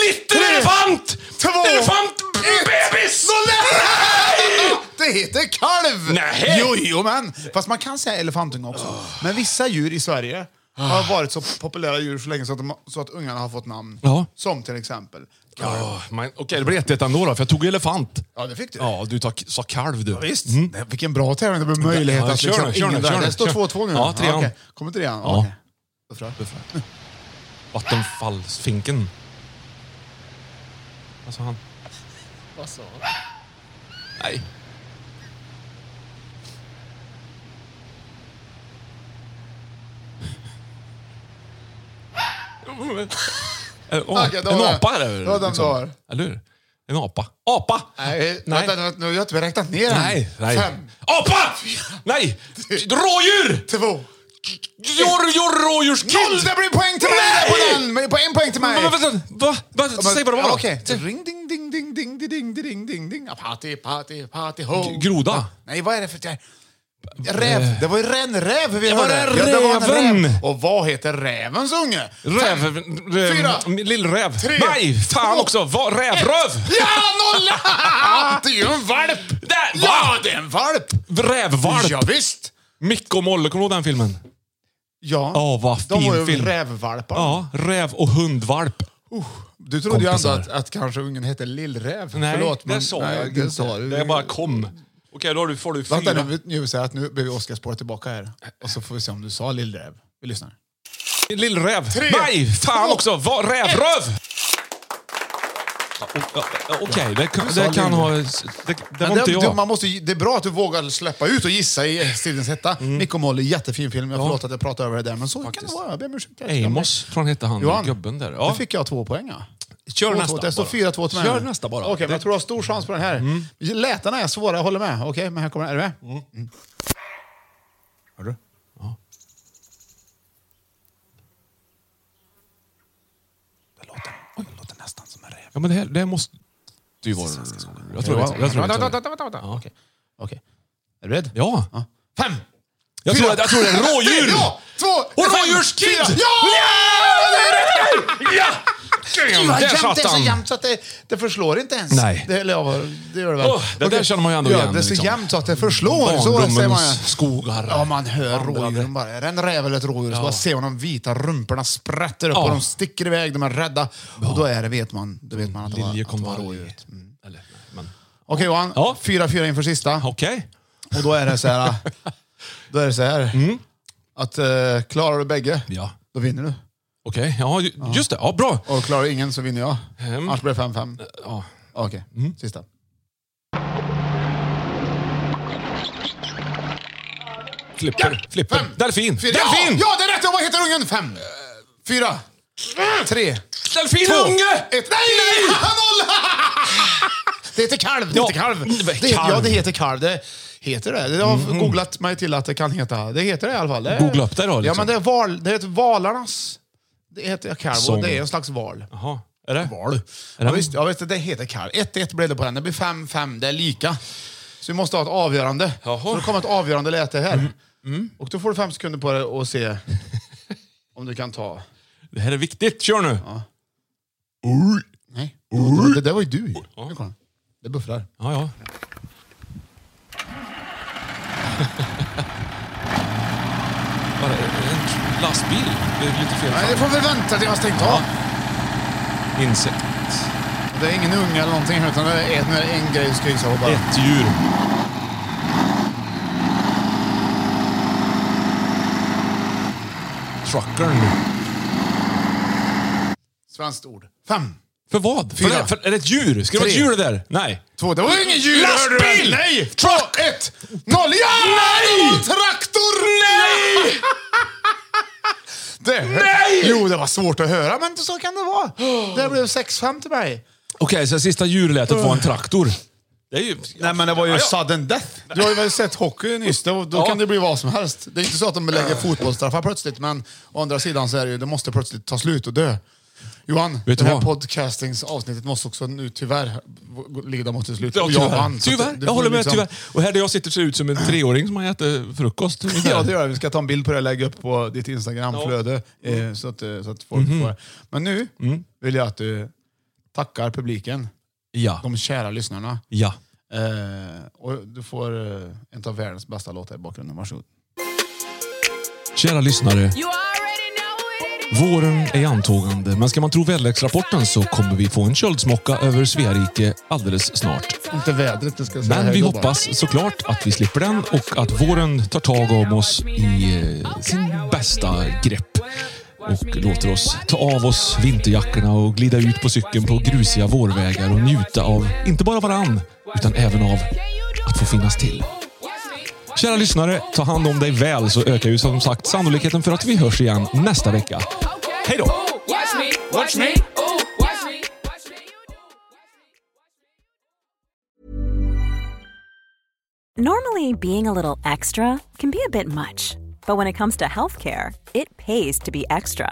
Speaker 3: Liten
Speaker 2: Tre.
Speaker 3: elefant!
Speaker 2: Två.
Speaker 3: Elefantbebis!
Speaker 2: Så nej! Det heter kalv!
Speaker 3: Nej.
Speaker 2: Jo, jo, men. Fast man kan säga elefantunge också. Men vissa djur i Sverige har varit så populära djur så länge så att, de, så att ungarna har fått namn.
Speaker 3: Ja.
Speaker 2: Som till exempel kalv.
Speaker 3: Ja, men Okej, det blir 1-1 ändå då, för jag tog elefant.
Speaker 2: Ja, det fick du.
Speaker 3: Ja, du tar- sa kalv du. Mm. Ja,
Speaker 2: Visst? Nej, vilken bra tävling. Det blir möjlighet
Speaker 3: Ja,
Speaker 2: att...
Speaker 3: kör nu, kör nu,
Speaker 2: ingen
Speaker 3: kör
Speaker 2: där.
Speaker 3: nu,
Speaker 2: det står
Speaker 3: kör.
Speaker 2: 2-2 nu.
Speaker 3: Ja, trean.
Speaker 2: okej. Kommer trean?
Speaker 3: Ja.
Speaker 2: Okej. Buffra.
Speaker 3: Vattenfallsfinken. Vad sa han?
Speaker 2: Vad sa du?
Speaker 3: Nej. Eh, åh,
Speaker 2: Okej, då
Speaker 3: en
Speaker 2: var det-
Speaker 3: apa är det väl,
Speaker 2: då var den du har.
Speaker 3: Eller hur? En apa. Apa!
Speaker 2: Nej, eh,
Speaker 3: Nej.
Speaker 2: vänta, vänta, nu har jag inte räknat ner den.
Speaker 3: Nej, nej.
Speaker 2: Fem.
Speaker 3: Apa! Nej! Rådjur!
Speaker 2: Två.
Speaker 3: Jor, jor, rådjurskid!
Speaker 2: Noll! Det blir poäng till mig där
Speaker 3: Nej!
Speaker 2: på den! Men På en poäng till mig.
Speaker 3: Va, va, va, va, va,
Speaker 2: Ja, men-
Speaker 3: säg vad det var
Speaker 2: ja,
Speaker 3: då.
Speaker 2: Okej. Ring ding ding ding ding ding ding ding ding ding Ah, Party party party ho.
Speaker 3: Groda.
Speaker 2: Nej, vad är det för... det- Räv. Det var ju en räv vi
Speaker 3: Eh. Det var
Speaker 2: hörde.
Speaker 3: en
Speaker 2: Ja, det var en
Speaker 3: räven.
Speaker 2: räv. Och vad heter rävens unge?
Speaker 3: Räv...
Speaker 2: Fem.
Speaker 3: räv-
Speaker 2: Fyra.
Speaker 3: Lillräv.
Speaker 2: Tre.
Speaker 3: Nej, fan
Speaker 2: Två.
Speaker 3: också! Va, rävröv!
Speaker 2: Ja, nolla! Det är ju en valp!
Speaker 3: Där, va?
Speaker 2: Ja, det är en valp!
Speaker 3: Rävvalp!
Speaker 2: Ja, visst.
Speaker 3: Micke och Molle, kommer du ihåg den filmen?
Speaker 2: Ja,
Speaker 3: Ja, vad
Speaker 2: de
Speaker 3: fin
Speaker 2: var ju
Speaker 3: film.
Speaker 2: rävvalpar.
Speaker 3: Ja, räv och hundvalp.
Speaker 2: Du trodde ju ändå
Speaker 3: Kompisar.
Speaker 2: att, att kanske ungen hette Lillräv.
Speaker 3: Nej,
Speaker 2: Förlåt, men,
Speaker 3: det sa
Speaker 2: nej,
Speaker 3: jag
Speaker 2: det
Speaker 3: inte.
Speaker 2: Sa du.
Speaker 3: det är bara kom. Okej, då har du- får du fyra.
Speaker 2: Vänta nu, vi- nu, så här, att nu behöver Oskar spåra tillbaka här. Och så får vi se om du sa Lillräv. Vi lyssnar.
Speaker 3: Lillräv.
Speaker 2: Tre.
Speaker 3: Nej, fan
Speaker 2: Två.
Speaker 3: också! Va, rävröv! Ja, o- ja, ja, Okej, det kan,
Speaker 2: Du sa
Speaker 3: det kan ha... Det, det var
Speaker 2: Men
Speaker 3: inte
Speaker 2: det,
Speaker 3: jag.
Speaker 2: man måste, ju- det är bra att du vågar släppa ut och gissa i stridens hetta. Micke och Molly, jättefin film. Jag förlåt att jag pratade över det där, men så
Speaker 3: Mm. Faktiskt.
Speaker 2: kan det vara. Jag ber om ursäkt.
Speaker 3: Amos, tror han hette han,
Speaker 2: Johan,
Speaker 3: gubben där.
Speaker 2: Nu
Speaker 3: Ja.
Speaker 2: fick jag två poäng. Ja.
Speaker 3: Kör
Speaker 2: Två,
Speaker 3: nästa
Speaker 2: två. Det står
Speaker 3: bara.
Speaker 2: 4-2 till mig.
Speaker 3: Kör
Speaker 2: nu.
Speaker 3: nästa bara. Mm.
Speaker 2: Okej, men jag tror du har stor chans på den här. Lätena är svåra, jag håller med. Okej, men här kommer den. Är du med?
Speaker 3: Hör du? Ja.
Speaker 2: Det, låter, oj, det låter nästan som en räv.
Speaker 3: Ja, men det här det här måste ju vara... Jag tror jag vet. Jag tror jag
Speaker 2: Vänta,
Speaker 3: vet.
Speaker 2: vänta, vänta. vänta.
Speaker 3: Ja.
Speaker 2: Okej. Okej. Är du rädd?
Speaker 3: Ja.
Speaker 2: Fem!
Speaker 3: Jag tror, att- jag tror det är rådjur!
Speaker 2: Ja! Två!
Speaker 3: Och
Speaker 2: fem,
Speaker 3: rådjurskid!
Speaker 2: fyra. Ja!
Speaker 3: Damn,
Speaker 2: Det
Speaker 3: där
Speaker 2: är jämnt,
Speaker 3: satt
Speaker 2: det är så
Speaker 3: han!
Speaker 2: jämnt så att det, det förslår inte ens.
Speaker 3: Nej.
Speaker 2: Det, eller, ja, det gör det väl.
Speaker 3: Åh, det där
Speaker 2: Okej.
Speaker 3: känner man ju ändå
Speaker 2: ja,
Speaker 3: igen,
Speaker 2: Det är så
Speaker 3: liksom.
Speaker 2: jämnt så att det förslår. Så säger man
Speaker 3: Barndomens
Speaker 2: ju.
Speaker 3: skogar.
Speaker 2: Ja, man hör
Speaker 3: Vandrade.
Speaker 2: rådjuren bara. Är det en räv eller ett rådjur så bara ser man de vita rumporna sprätter upp
Speaker 3: Ja.
Speaker 2: och de sticker iväg, de är rädda. Och då är det, vet man, då vet man att det var, att det var
Speaker 3: Liljekonvalj.
Speaker 2: rådjuret. Mm.
Speaker 3: Eller, men...
Speaker 2: Okej Johan,
Speaker 3: Ja.
Speaker 2: 4-4 inför sista.
Speaker 3: Okej.
Speaker 2: Och då är det så här, då är det så här
Speaker 3: Mm.
Speaker 2: att eh, klarar du bägge,
Speaker 3: Ja.
Speaker 2: då vinner du.
Speaker 3: Okej, ja, ju- just det. Ja, bra.
Speaker 2: Och klarar du ingen så vinner jag.
Speaker 3: Mm.
Speaker 2: Annars blir det 5-5.
Speaker 3: Ja. Mm.
Speaker 2: Okej, sista.
Speaker 3: Flipper. Flipper. Delfin.
Speaker 2: Fyra.
Speaker 3: Delfin!
Speaker 2: Ja, ja, det är rätt! Vad heter ungen? Fem, fyra, tre,
Speaker 3: Delfin
Speaker 2: två,
Speaker 3: unge!
Speaker 2: ett. Nej, nej! Noll! Det heter kalv. Det
Speaker 3: Ja,
Speaker 2: heter kalv.
Speaker 3: mm,
Speaker 2: Det heter,
Speaker 3: kalv. Mhm.
Speaker 2: ja, det heter kalv. Det heter det. Jag har googlat mig till att det kan heta. Det heter det i alla fall. Det,
Speaker 3: Googla upp det då, liksom.
Speaker 2: Ja, men det, är val, det heter valarnas... Det heter kalv
Speaker 3: Sång.
Speaker 2: och det är en slags val.
Speaker 3: Jaha, är det?
Speaker 2: Val. Ja, visst, ja, visst, det heter kalv. 1-1 blev det på den. Det blir 5-5. Det är lika. Så vi måste ha ett avgörande.
Speaker 3: Jaha. Mm,
Speaker 2: Så det kommer ett avgörande läte här. Och då får du fem sekunder på dig att se om du kan ta...
Speaker 3: Det här är viktigt. Kör nu.
Speaker 2: Ja.
Speaker 3: Oj.
Speaker 2: Nej. Det, det, där var ju du.
Speaker 3: Ja.
Speaker 2: Nu kollar. Det bufflar.
Speaker 3: Ja, ja. Var det en lastbil? Det är lite fel.
Speaker 2: Nej, det får vi vänta tills jag har stängt av.
Speaker 3: Insekt.
Speaker 2: Det Det är ingen unge eller någonting, utan det är en, en grej som ska gissa på bara.
Speaker 3: Ett djur. Truckern.
Speaker 2: Svenskt ord. Fem.
Speaker 3: För vad? För
Speaker 2: Fyra.
Speaker 3: det, för, är det ett djur? Ska det vara ett
Speaker 2: Tre.
Speaker 3: djur det där? Nej.
Speaker 2: Två. Det var ingen djur! hörde du
Speaker 3: Lastbil!
Speaker 2: väl? Nej! Två, ett, noll. Ja! Nej! Det var en traktor! Nej! Det, Nej! Jo, det var svårt att höra, men så kan det vara. Det blev 6-5 till mig.
Speaker 3: Okej, så sista djurlätet var en traktor. Det är ju...
Speaker 2: Nej, men det var ju
Speaker 3: Ja, ja.
Speaker 2: sudden death. Du har ju väl sett hockey nyss, då, då
Speaker 3: Ja.
Speaker 2: kan det bli vad som helst. Det är inte så att de lägger fotbollstraffar plötsligt, men å andra sidan så är det ju, det måste plötsligt ta slut och dö. Johan,
Speaker 3: Vet du
Speaker 2: det här
Speaker 3: vad?
Speaker 2: podcastingsavsnittet måste också nu tyvärr lida mot ett slut.
Speaker 3: Ja,
Speaker 2: Och
Speaker 3: tyvärr.
Speaker 2: Jag vann. så att
Speaker 3: tyvärr.
Speaker 2: du
Speaker 3: Jag
Speaker 2: får
Speaker 3: håller med.
Speaker 2: liksom-
Speaker 3: Tyvärr. Och här där jag sitter ser ut som en treåring som har ätit frukost.
Speaker 2: Ja, det gör jag. Vi ska ta en bild på det och lägga upp på ditt Instagramflöde eh, så, att, eh, så att folk får det. Men nu vill jag att du tackar publiken,
Speaker 3: Ja.
Speaker 2: de kära lyssnarna.
Speaker 3: Ja.
Speaker 2: Eh, och du får eh, en av världens bästa låtar i bakgrunden. Varsågod.
Speaker 3: Kära lyssnare. Våren är i antågande, men ska man tro väderleksrapporten så kommer vi få en köldsmocka över Sverige alldeles snart.
Speaker 2: Inte vädret, det ska jag säga.
Speaker 3: Men
Speaker 2: här
Speaker 3: vi
Speaker 2: idag bara.
Speaker 3: hoppas såklart att vi slipper den och att våren tar tag om oss i eh, sin bästa grepp och låter oss ta av oss vinterjackorna och glida ut på cykeln på grusiga vårvägar och njuta av, inte bara varann, utan även av att få finnas till. Kära lyssnare, ta hand om dig väl så ökar ju som sagt sannolikheten för att vi hörs igen nästa vecka. Hej då!
Speaker 5: Watch me, watch me, ooh, watch me.
Speaker 12: Normally, being a little extra can be a bit much, but when it comes to healthcare, it pays to be extra.